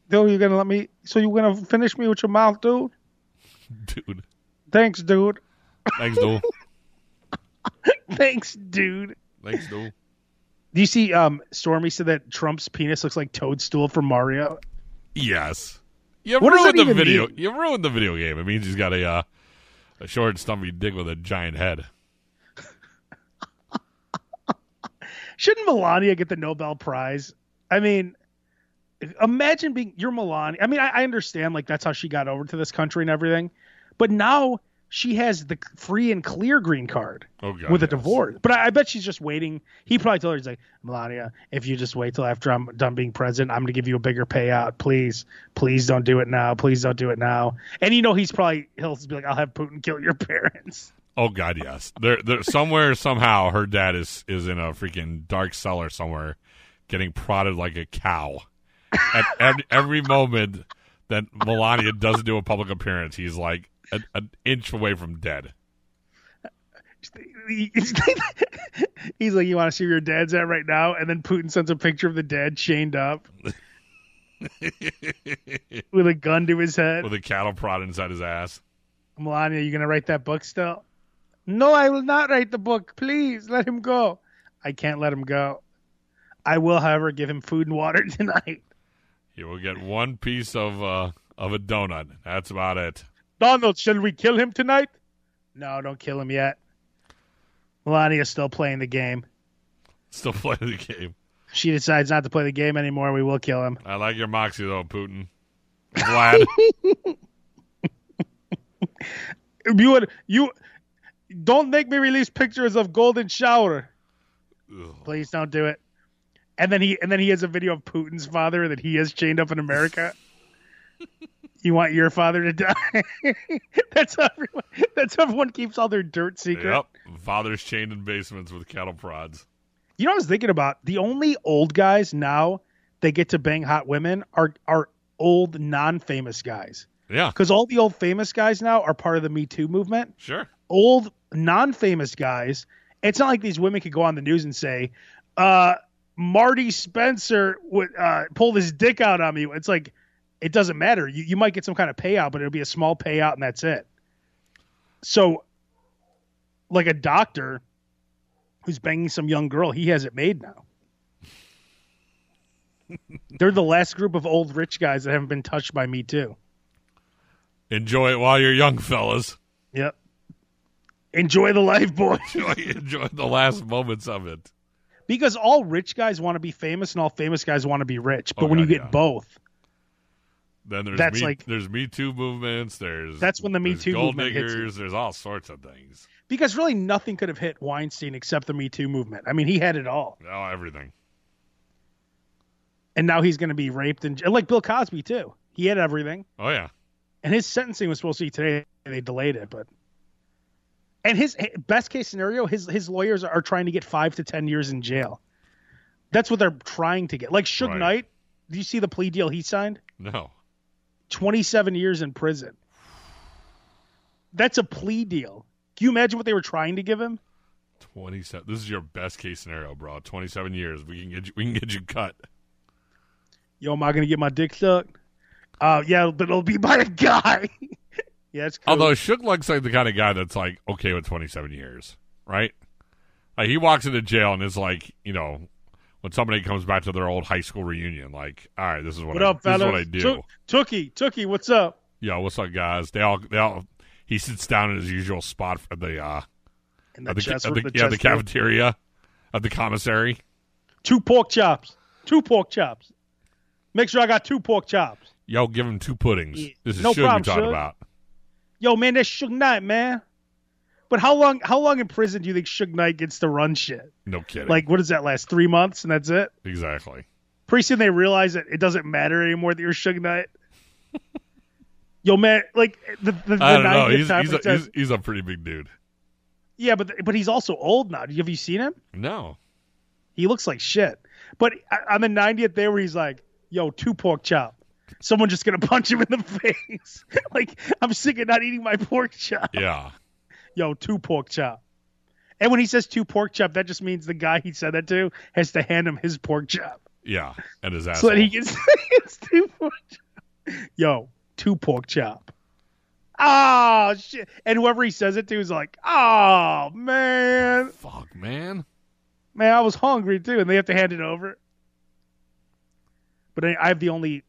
Speaker 2: Dude, you gonna let me? So you gonna finish me with your mouth, dude?
Speaker 1: Dude,
Speaker 2: Thanks, dude.
Speaker 1: thanks,
Speaker 2: [laughs]
Speaker 1: dude.
Speaker 2: Thanks, dude.
Speaker 1: thanks, dude.
Speaker 2: Do you see? Um, Stormy said that Trump's penis looks like Toadstool from Mario.
Speaker 1: Yes. You
Speaker 2: What does
Speaker 1: ruined
Speaker 2: that
Speaker 1: the
Speaker 2: even
Speaker 1: video.
Speaker 2: mean?
Speaker 1: You ruined the video game. It means he's got a uh, a short, stumpy dick with a giant head.
Speaker 2: Shouldn't Melania get the Nobel Prize? I mean, imagine being you're Melania. I mean, I, I understand like that's how she got over to this country and everything, but now she has the free and clear green card.
Speaker 1: Oh God,
Speaker 2: with a
Speaker 1: yes.
Speaker 2: divorce. But I, I bet she's just waiting. He probably told her, he's like, Melania, if you just wait till after I'm done being president, I'm going to give you a bigger payout. Please, please don't do it now. Please don't do it now. And you know, he's probably, he'll just be like, I'll have Putin kill your [laughs] parents.
Speaker 1: Oh God, yes. There, there, somewhere, somehow, her dad is is in a freaking dark cellar somewhere, getting prodded like a cow. At every, every moment that Melania doesn't do a public appearance, he's like a, an inch away from dead.
Speaker 2: he's like, You want to see where your dad's at right now? And then Putin sends a picture of the dad chained up
Speaker 1: with
Speaker 2: with a gun to his head.
Speaker 1: a cattle prod inside his ass.
Speaker 2: Melania, you gonna write that book still? No, I will not write the book. Please let him go. I can't let him go. I will, however, give him food and water [laughs] tonight.
Speaker 1: He will get one piece of uh, of a donut. That's about it.
Speaker 2: Donald, shall we kill him tonight? No, don't kill him yet. Melania's still playing the game.
Speaker 1: Still [laughs] playing the game.
Speaker 2: She decides not to play the game anymore. We will kill him.
Speaker 1: I like your moxie though, Putin. Vlad.
Speaker 2: You would you don't make me release pictures of Golden Shower.
Speaker 1: Ugh.
Speaker 2: Please don't do it. And then he and then he has a video of Putin's father that he has chained up in America. you want your father to die? [laughs] that's how everyone. That's how everyone keeps all their dirt secret.
Speaker 1: Yep. Father's chained in basements with cattle prods.
Speaker 2: You know, what I was thinking about the only old guys now they get to bang hot women are are old non-famous guys
Speaker 1: Yeah,
Speaker 2: because all the old famous guys now are part of the Me Too movement.
Speaker 1: sure.
Speaker 2: old non-famous guys it's not like these women could go on the news and say uh marty spencer would uh pull his dick out on me it's like it doesn't matter you, you might get some kind of payout but it'll be a small payout and that's it so like a doctor who's banging some young girl he has it made now [laughs] they're the last group of old rich guys that haven't been touched by me too
Speaker 1: Enjoy it while you're young, fellas. [laughs]
Speaker 2: yep enjoy the life boys
Speaker 1: Enjoy, enjoy the last moments of it.
Speaker 2: because all rich guys want to be famous and all famous guys want to be rich but
Speaker 1: Oh,
Speaker 2: when
Speaker 1: God,
Speaker 2: you get
Speaker 1: yeah.
Speaker 2: both
Speaker 1: Then there's
Speaker 2: That's
Speaker 1: me,
Speaker 2: like-
Speaker 1: there's Me Too movements. There's
Speaker 2: That's when the Me
Speaker 1: there's
Speaker 2: Too
Speaker 1: gold
Speaker 2: movement hits
Speaker 1: diggers.
Speaker 2: you.
Speaker 1: There's all sorts of things.
Speaker 2: because really nothing could have hit weinstein except the me too movement i mean he had it all
Speaker 1: Oh, everything.
Speaker 2: and now he's going to be raped and and like bill cosby too he had everything
Speaker 1: Oh yeah,
Speaker 2: and his sentencing was supposed to be today and they delayed it but and his best case scenario his his lawyers are trying to get five to ten years in jail that's what they're trying to get like Suge
Speaker 1: Right.
Speaker 2: knight do you see the plea deal he signed
Speaker 1: no.
Speaker 2: 27 years in prison. That's a plea deal. Can you imagine what they were trying to give him?
Speaker 1: Twenty-seven. This is your best case scenario, bro. Twenty-seven years. We can get you. We can get you cut.
Speaker 2: Yo, am I gonna get my dick sucked? Uh, yeah, but it'll be [laughs] by a guy. yeah, it's cool.
Speaker 1: Although Shook looks like the kind of guy that's like okay with twenty-seven years, right? Like he walks into jail and is like, you know, when somebody comes back to their old high school reunion, like, all right, this is what,
Speaker 2: what
Speaker 1: I,
Speaker 2: up,
Speaker 1: this is
Speaker 2: fellas?
Speaker 1: what I do.
Speaker 2: Took- Tookie, Tookie, what's up?
Speaker 1: Yo, what's up, guys? They all, they all. He sits down in his usual spot at the uh,
Speaker 2: And
Speaker 1: at the,
Speaker 2: chest-
Speaker 1: at the,
Speaker 2: the
Speaker 1: yeah, the
Speaker 2: chest room.
Speaker 1: cafeteria, at the commissary.
Speaker 2: Two pork chops. Two pork chops. Make sure I got two pork chops.
Speaker 1: Yo, give him two puddings.
Speaker 2: Yeah.
Speaker 1: This is
Speaker 2: No
Speaker 1: should
Speaker 2: problem,
Speaker 1: we talking
Speaker 2: Suge.
Speaker 1: about.
Speaker 2: Yo, man, that's Suge Knight, man. But how long? How long in prison do you think Suge Knight gets to run shit?
Speaker 1: No kidding.
Speaker 2: Like, what does that last? Three months, and that's it.
Speaker 1: exactly.
Speaker 2: Pretty soon they realize that it doesn't matter anymore that you're Suge Knight. [laughs] Yo, man, like the the, the
Speaker 1: I don't know.
Speaker 2: Knight
Speaker 1: He's
Speaker 2: gets time
Speaker 1: he's
Speaker 2: for
Speaker 1: a,
Speaker 2: time-
Speaker 1: he's, he's a pretty big dude.
Speaker 2: yeah, but but he's also old now. Have you seen him?
Speaker 1: No.
Speaker 2: He looks like shit. But I- on the 90th day where he's like, yo, two pork chop. Someone just gonna [laughs] punch him in the face. [laughs] like, I'm sick of not eating my pork chop.
Speaker 1: Yeah.
Speaker 2: Yo, two pork chop. And when he says two pork chop, that just means the guy he said that to has to hand him his pork chop.
Speaker 1: Yeah. And his ass.
Speaker 2: So that he gets [laughs] it's two pork chop. Yo, two pork chop. Oh shit. And whoever he says it to is like, oh man.
Speaker 1: Fuck, man.
Speaker 2: Man, I was hungry too, and they have to hand it over. But I I have the only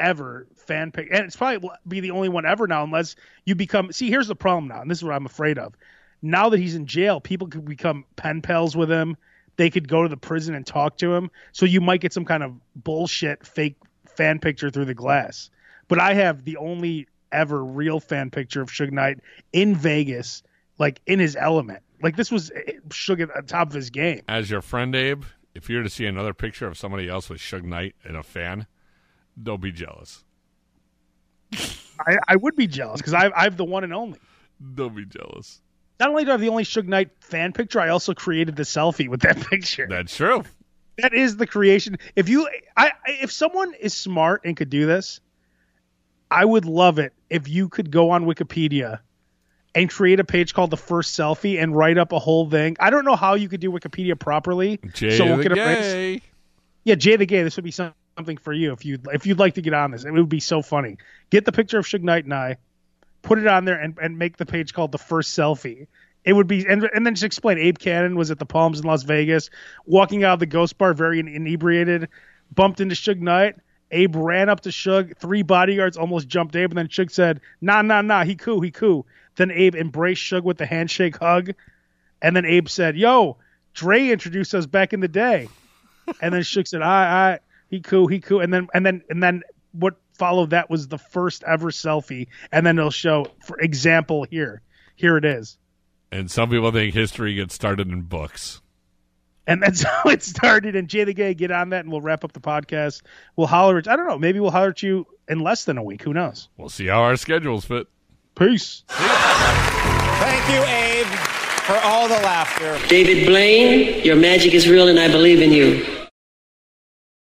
Speaker 2: ever fan pick, and it's probably will be the only one ever now, unless you become. See, here's the problem now, and this is what I'm afraid of. Now that he's in jail, people could become pen pals with him. They could go to the prison and talk to him. So you might get some kind of bullshit fake fan picture through the glass. But I have the only ever real fan picture of Suge Knight in Vegas, like in his element. Like this was eh, Suge at the top of his game.
Speaker 1: As your friend Abe, if you were to see another picture of somebody else with Suge Knight and a fan, don't be jealous.
Speaker 2: I, I would be jealous because I, I have the one and only.
Speaker 1: Don't be jealous.
Speaker 2: Not only do I have the only Suge Knight fan picture, I also created the selfie with that [laughs] picture.
Speaker 1: That's true.
Speaker 2: that is the creation. If you, I, I- if someone is smart and could do this, I would love it if you could go on Wikipedia and create a page called the first selfie and write up a whole thing. I don't know how you could do Wikipedia properly.
Speaker 1: Jay
Speaker 2: we'll
Speaker 1: the
Speaker 2: get a raise.
Speaker 1: gay.
Speaker 2: Yeah, Jay the Gay, this would be some- something for you if you if you'd like to get on this. It would be so funny. Get the picture of Suge Knight and I, put it on there, and, and make the page called the first selfie. It would be and and then just explain. Abe Cannon was at the Palms in Las Vegas, walking out of the Ghost Bar, very inebriated, bumped into Suge Knight. Abe ran up to Suge. Three bodyguards almost jumped Abe, and then Suge said, "Nah, nah, nah, he cool, he cool." Then Abe embraced Suge with the handshake hug, and then Abe said, "Yo, Dre introduced us back in the day." and then Shook said, "I, I, he cool, he cool," and then and then and then what followed that was the first ever selfie, and then it'll show, for example, here, here it is,
Speaker 1: And some people think history gets started in books.
Speaker 2: and [laughs] that's how it started. And Jay the Gay, get on that, and we'll wrap up the podcast. We'll holler at, I don't know, maybe we'll holler at you in less than a week. Who knows?
Speaker 1: We'll see how our schedules fit.
Speaker 2: Peace.
Speaker 4: Thank you, Abe, for all the laughter.
Speaker 5: David Blaine, your magic is real and I believe in you.